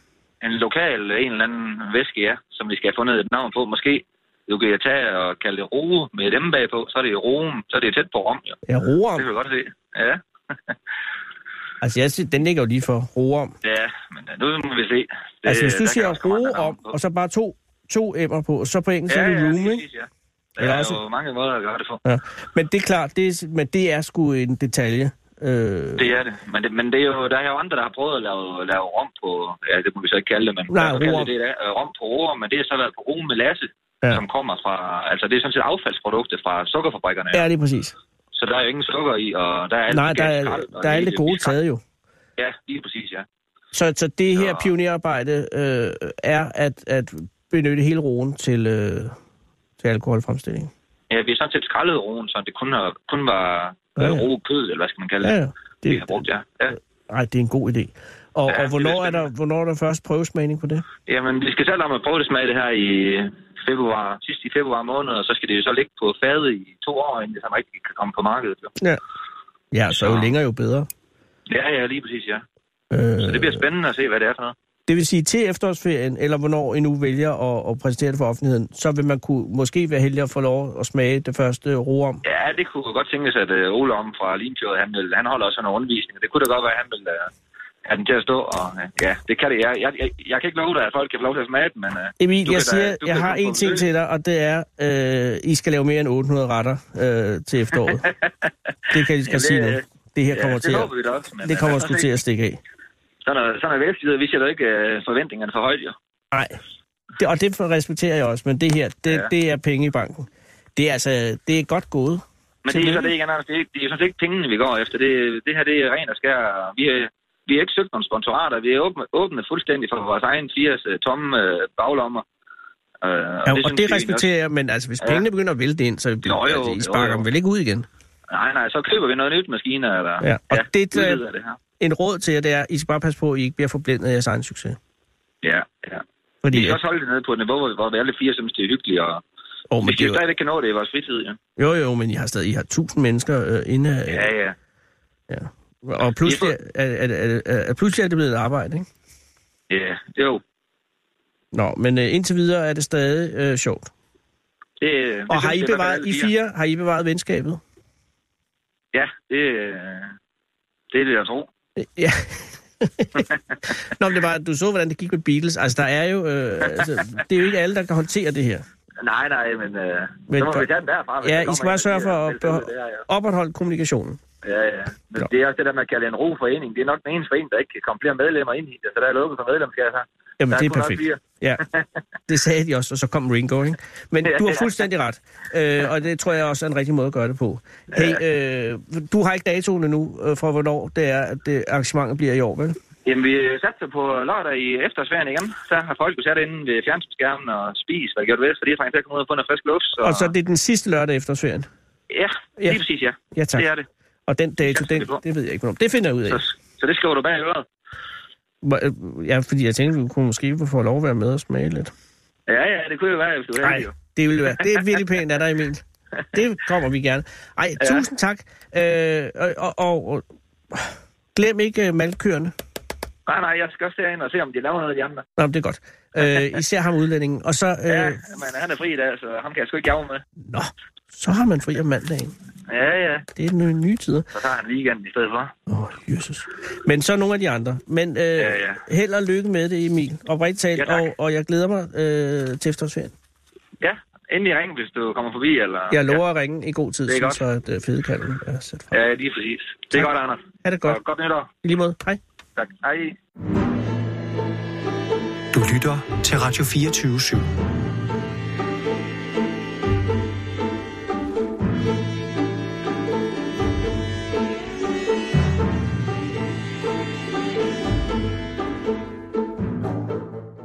[SPEAKER 7] en lokal, en eller anden væske, ja, som vi skal have fundet et navn på. Måske du kan jeg tage og kalde det roe med dem bagpå, så er det roen, så er det tæt på rom, ja.
[SPEAKER 3] Ja,
[SPEAKER 7] Det kan
[SPEAKER 3] roerom.
[SPEAKER 7] vi godt se. Ja,
[SPEAKER 3] Altså, jeg siger, den ligger jo lige for roerom.
[SPEAKER 7] ja men øh, nu må vi se. Det,
[SPEAKER 3] Altså, hvis
[SPEAKER 7] der
[SPEAKER 3] du
[SPEAKER 7] kan
[SPEAKER 3] siger
[SPEAKER 7] også komme andre
[SPEAKER 3] roerom,
[SPEAKER 7] navne på.
[SPEAKER 3] og så bare to, to emmer på, så på engelsk ja, er det room, ikke?
[SPEAKER 7] lige
[SPEAKER 3] altså-
[SPEAKER 7] præcis, ja. Der
[SPEAKER 3] Eller
[SPEAKER 7] er
[SPEAKER 3] også-
[SPEAKER 7] jo mange måder at gøre det på.
[SPEAKER 3] Ja. Men det er klart, det er, men det er sgu en detalje. Øh,
[SPEAKER 7] Det er det. Men, det, men det er jo, der er jo andre, der har prøvet at lave, lave rom på... Ja, det må vi så ikke kalde det, men...
[SPEAKER 3] Nej,
[SPEAKER 7] der, kalde
[SPEAKER 3] roer.
[SPEAKER 7] det, det er, øh, rom på roer, men det har så været på rom med Lasse,
[SPEAKER 3] Ja.
[SPEAKER 7] ja. som kommer fra... Altså, det er sådan set affaldsprodukter fra sukkerfabrikkerne. Ja.
[SPEAKER 3] ja, lige præcis.
[SPEAKER 7] Så der er jo ingen sukker i, og der er alt
[SPEAKER 3] Nej, der er,
[SPEAKER 7] galt skrald, og
[SPEAKER 3] der er alt
[SPEAKER 7] hele-
[SPEAKER 3] det gode
[SPEAKER 7] skrald.
[SPEAKER 3] taget jo.
[SPEAKER 7] Ja, lige præcis, ja.
[SPEAKER 3] Så, så det her
[SPEAKER 7] Så-
[SPEAKER 3] pionerarbejde øh, er at, at benytte hele roen til, øh, til alkoholfremstilling.
[SPEAKER 7] Ja, vi har sådan set skrællet roen, så det kun, har, kun var
[SPEAKER 3] Ja,
[SPEAKER 7] ja,
[SPEAKER 3] ja.
[SPEAKER 7] ja. ro kød, eller hvad skal man kalde
[SPEAKER 3] Ja,
[SPEAKER 7] det,
[SPEAKER 3] ja.
[SPEAKER 7] det, vi har brugt, ja. ja.
[SPEAKER 3] Nej, det er en god idé. Og,
[SPEAKER 7] Ja,
[SPEAKER 3] ja, og hvornår,
[SPEAKER 7] det
[SPEAKER 3] er
[SPEAKER 7] er
[SPEAKER 3] der, hvornår er der først prøvesmagning på det?
[SPEAKER 7] Jamen, vi skal selv om at prøve det smage det her i februar, sidst i februar måned, og så skal det jo så ligge på fadet i to år, inden det så rigtig kan komme på markedet. Jo.
[SPEAKER 3] Ja, så jo
[SPEAKER 7] Så-
[SPEAKER 3] længere jo bedre.
[SPEAKER 7] Ja, ja, lige præcis, ja. Så
[SPEAKER 3] Øh,
[SPEAKER 7] det bliver spændende at se, hvad det er for noget.
[SPEAKER 3] det vil sige, til efterårsferien, eller hvornår I nu vælger at, at præsentere det for offentligheden, så vil man kunne måske være heldig at få lov at smage det første room.
[SPEAKER 7] Ja, det kunne godt tænkes, at øh, Ole om fra Limfjord, han, vil, han holder også en undervisning. Det kunne da godt være, at han vil øh, have den til at stå, og øh, ja, det kan det. Jeg, jeg, jeg, jeg kan ikke love dig, at folk kan få lov til at smage den, men... øh,
[SPEAKER 3] Emil,
[SPEAKER 7] du
[SPEAKER 3] jeg
[SPEAKER 7] kan da-
[SPEAKER 3] siger,
[SPEAKER 7] du kan
[SPEAKER 3] jeg har
[SPEAKER 7] komme på
[SPEAKER 3] en ting
[SPEAKER 7] besøg.
[SPEAKER 3] til dig, og det er, øh, I skal lave mere end 800 retter øh, til efteråret. det kan I skal
[SPEAKER 7] Jamen,
[SPEAKER 3] sige
[SPEAKER 7] det-
[SPEAKER 3] nu. Det her
[SPEAKER 7] ja,
[SPEAKER 3] kommer
[SPEAKER 7] det
[SPEAKER 3] til at,
[SPEAKER 7] håber vi da også, men,
[SPEAKER 3] det
[SPEAKER 7] øh,
[SPEAKER 3] kommer
[SPEAKER 7] lad os
[SPEAKER 3] sgu
[SPEAKER 7] se.
[SPEAKER 3] til at stikke af.
[SPEAKER 7] Sådan er, sådan er væsentlighed. Vi sætter ikke øh, forventningerne for højt, jo.
[SPEAKER 3] Nej, det, og det respekterer jeg også, men det her, det, ja.
[SPEAKER 7] Ja.
[SPEAKER 3] det er penge i banken. Det er altså, det er godt gået.
[SPEAKER 7] Men det er
[SPEAKER 3] Tillykke.
[SPEAKER 7] så det ikke, Anders. Det er, ikke- det er sådan set ikke pengene, vi går efter. Det, det her, det er ren og skær. Vi, er- vi har ikke søgt nogen sponsorater. Vi er åbne, åbne fuldstændig for vores egen 80 øh, tomme øh, baglommer. Øh,
[SPEAKER 3] Ja, og
[SPEAKER 7] synes
[SPEAKER 3] det
[SPEAKER 7] vi
[SPEAKER 3] respekterer jeg, men altså, hvis
[SPEAKER 7] Ja.
[SPEAKER 3] pengene begynder at vælte ind, så jo,
[SPEAKER 7] jo,
[SPEAKER 3] altså, I
[SPEAKER 7] jo,
[SPEAKER 3] sparker
[SPEAKER 7] jo.
[SPEAKER 3] dem vel ikke ud igen.
[SPEAKER 7] Også, nej, nej, så køber vi noget nyt maskiner. Eller,
[SPEAKER 3] Ja, og det, øh,
[SPEAKER 7] udvider det her.
[SPEAKER 3] En råd til jer, det er, I skal bare passe på, at I ikke bliver forblændet af jeres egen succes.
[SPEAKER 7] Ja, ja. Vi
[SPEAKER 3] Fordi,
[SPEAKER 7] skal også holde det nede på et niveau, hvor, hvor vi alle fire synes, det er hyggeligt. Og,
[SPEAKER 3] oh, men
[SPEAKER 7] hvis
[SPEAKER 3] det, er
[SPEAKER 7] vi
[SPEAKER 3] jo,
[SPEAKER 7] stadig kan nå det i vores fritid, ja.
[SPEAKER 3] jo, jo, men I har stadig, I har tusind mennesker øh, inde,
[SPEAKER 7] Ja,
[SPEAKER 3] ja.
[SPEAKER 7] ja.
[SPEAKER 3] og pludselig er, er, er, er, er, pludselig er det blevet et arbejde, ikke?
[SPEAKER 7] Ja, jo.
[SPEAKER 3] Nå, men øh, indtil videre er det stadig øh, sjovt.
[SPEAKER 7] Det, øh, det
[SPEAKER 3] Og har
[SPEAKER 7] synes
[SPEAKER 3] I
[SPEAKER 7] jeg hvert fald
[SPEAKER 3] bevaret,
[SPEAKER 7] alle
[SPEAKER 3] I fire, har I bevaret venskabet?
[SPEAKER 7] Ja, det, øh, det er det, jeg tror.
[SPEAKER 3] Ja. Nå, men det var, du så, hvordan det gik med Beatles. Altså, der er jo, øh, altså, det er jo ikke alle, der kan håndtere det her.
[SPEAKER 7] Nej, nej, men, øh,
[SPEAKER 3] Men
[SPEAKER 7] men så må
[SPEAKER 3] for-
[SPEAKER 7] vi tage den derfra. hvis
[SPEAKER 3] Ja,
[SPEAKER 7] der
[SPEAKER 3] I
[SPEAKER 7] kommer
[SPEAKER 3] skal bare
[SPEAKER 7] en, der
[SPEAKER 3] sørge for
[SPEAKER 7] siger,
[SPEAKER 3] at
[SPEAKER 7] "Vel, så er det
[SPEAKER 3] beho-
[SPEAKER 7] der, ja."
[SPEAKER 3] Opretholde kommunikationen.
[SPEAKER 7] Ja, ja. Men
[SPEAKER 3] Nå.
[SPEAKER 7] det er også det der, man kalder en roforening. Det er nok den eneste forening, der ikke kan komme flere medlemmer ind i det, så der er lukket for medlemskab her.
[SPEAKER 3] Jamen,
[SPEAKER 7] Der
[SPEAKER 3] det er
[SPEAKER 7] kun os
[SPEAKER 3] perfekt.
[SPEAKER 7] fire.
[SPEAKER 3] Ja, det sagde de også, og så kom Ringo, ikke? Men du har fuldstændig ret, øh, og det tror jeg også er en rigtig måde at gøre det på. Hey, øh, du har ikke datoen endnu øh, for, hvornår det er, at det arrangementet bliver i år, vel?
[SPEAKER 7] Jamen, vi øh, satte på lørdag i efterårsferien igen. Så har folk jo sat inde ved fjernsynsskærmen og spist og gjort ved, så de er faktisk til at komme ud og få noget frisk luft. Så...
[SPEAKER 3] Og så er det den sidste lørdag efter ferien.
[SPEAKER 7] Ja,
[SPEAKER 3] Ja.
[SPEAKER 7] lige præcis, ja.
[SPEAKER 3] Ja, tak.
[SPEAKER 7] Det er det.
[SPEAKER 3] Og den dato,
[SPEAKER 7] Ja, det er
[SPEAKER 3] den,
[SPEAKER 7] bra.
[SPEAKER 3] det ved jeg ikke, hvornår. Det finder jeg ud af.
[SPEAKER 7] Så, så det skriver du bag i øret.
[SPEAKER 3] Hvor- øh, Ja, fordi jeg tænkte, vi kunne måske få lov at være med og smage lidt.
[SPEAKER 7] Ja, ja, det kunne jo være, hvis du havde
[SPEAKER 3] Nej,
[SPEAKER 7] det. jo.
[SPEAKER 3] det ville være. Det er virkelig pænt af dig, Emil. Det kommer vi gerne. Ej, ja. tusind tak. Øh, og, og, og, og glem ikke øh, malkøerne.
[SPEAKER 7] Nej, nej, jeg skal også derind og se, om de laver noget af de andre.
[SPEAKER 3] Nå, men det er godt. Øh, især ham udlændingen. Og så, øh,
[SPEAKER 7] Ja,
[SPEAKER 3] ja.
[SPEAKER 7] men han er fri i dag, så ham kan jeg sgu ikke jage med.
[SPEAKER 3] nå, så har man fri om mandagen.
[SPEAKER 7] Ja, ja.
[SPEAKER 3] Det er den nye tider.
[SPEAKER 7] Så tager han weekenden i stedet for.
[SPEAKER 3] Åh, oh, Jesus. Men så nogle af de andre. Men øh, ja, ja.
[SPEAKER 7] ja.
[SPEAKER 3] held og lykke med det, Emil. Oprigtigt talt.
[SPEAKER 7] Ja, tak.
[SPEAKER 3] og, og jeg glæder mig øh, til efterårsferien.
[SPEAKER 7] Ja, endelig ring, hvis du kommer forbi. Eller...
[SPEAKER 3] Jeg lover at ringe i god tid,
[SPEAKER 7] Det er
[SPEAKER 3] sådan, så at øh, fedekalven er sat fra.
[SPEAKER 7] Ja, ja lige præcis. Det er godt, Anders.
[SPEAKER 3] Ha' det godt.
[SPEAKER 7] Og godt nytår.
[SPEAKER 3] I lige måde. Hej.
[SPEAKER 7] Tak. Hej.
[SPEAKER 1] Du lytter til Radio 24 /7.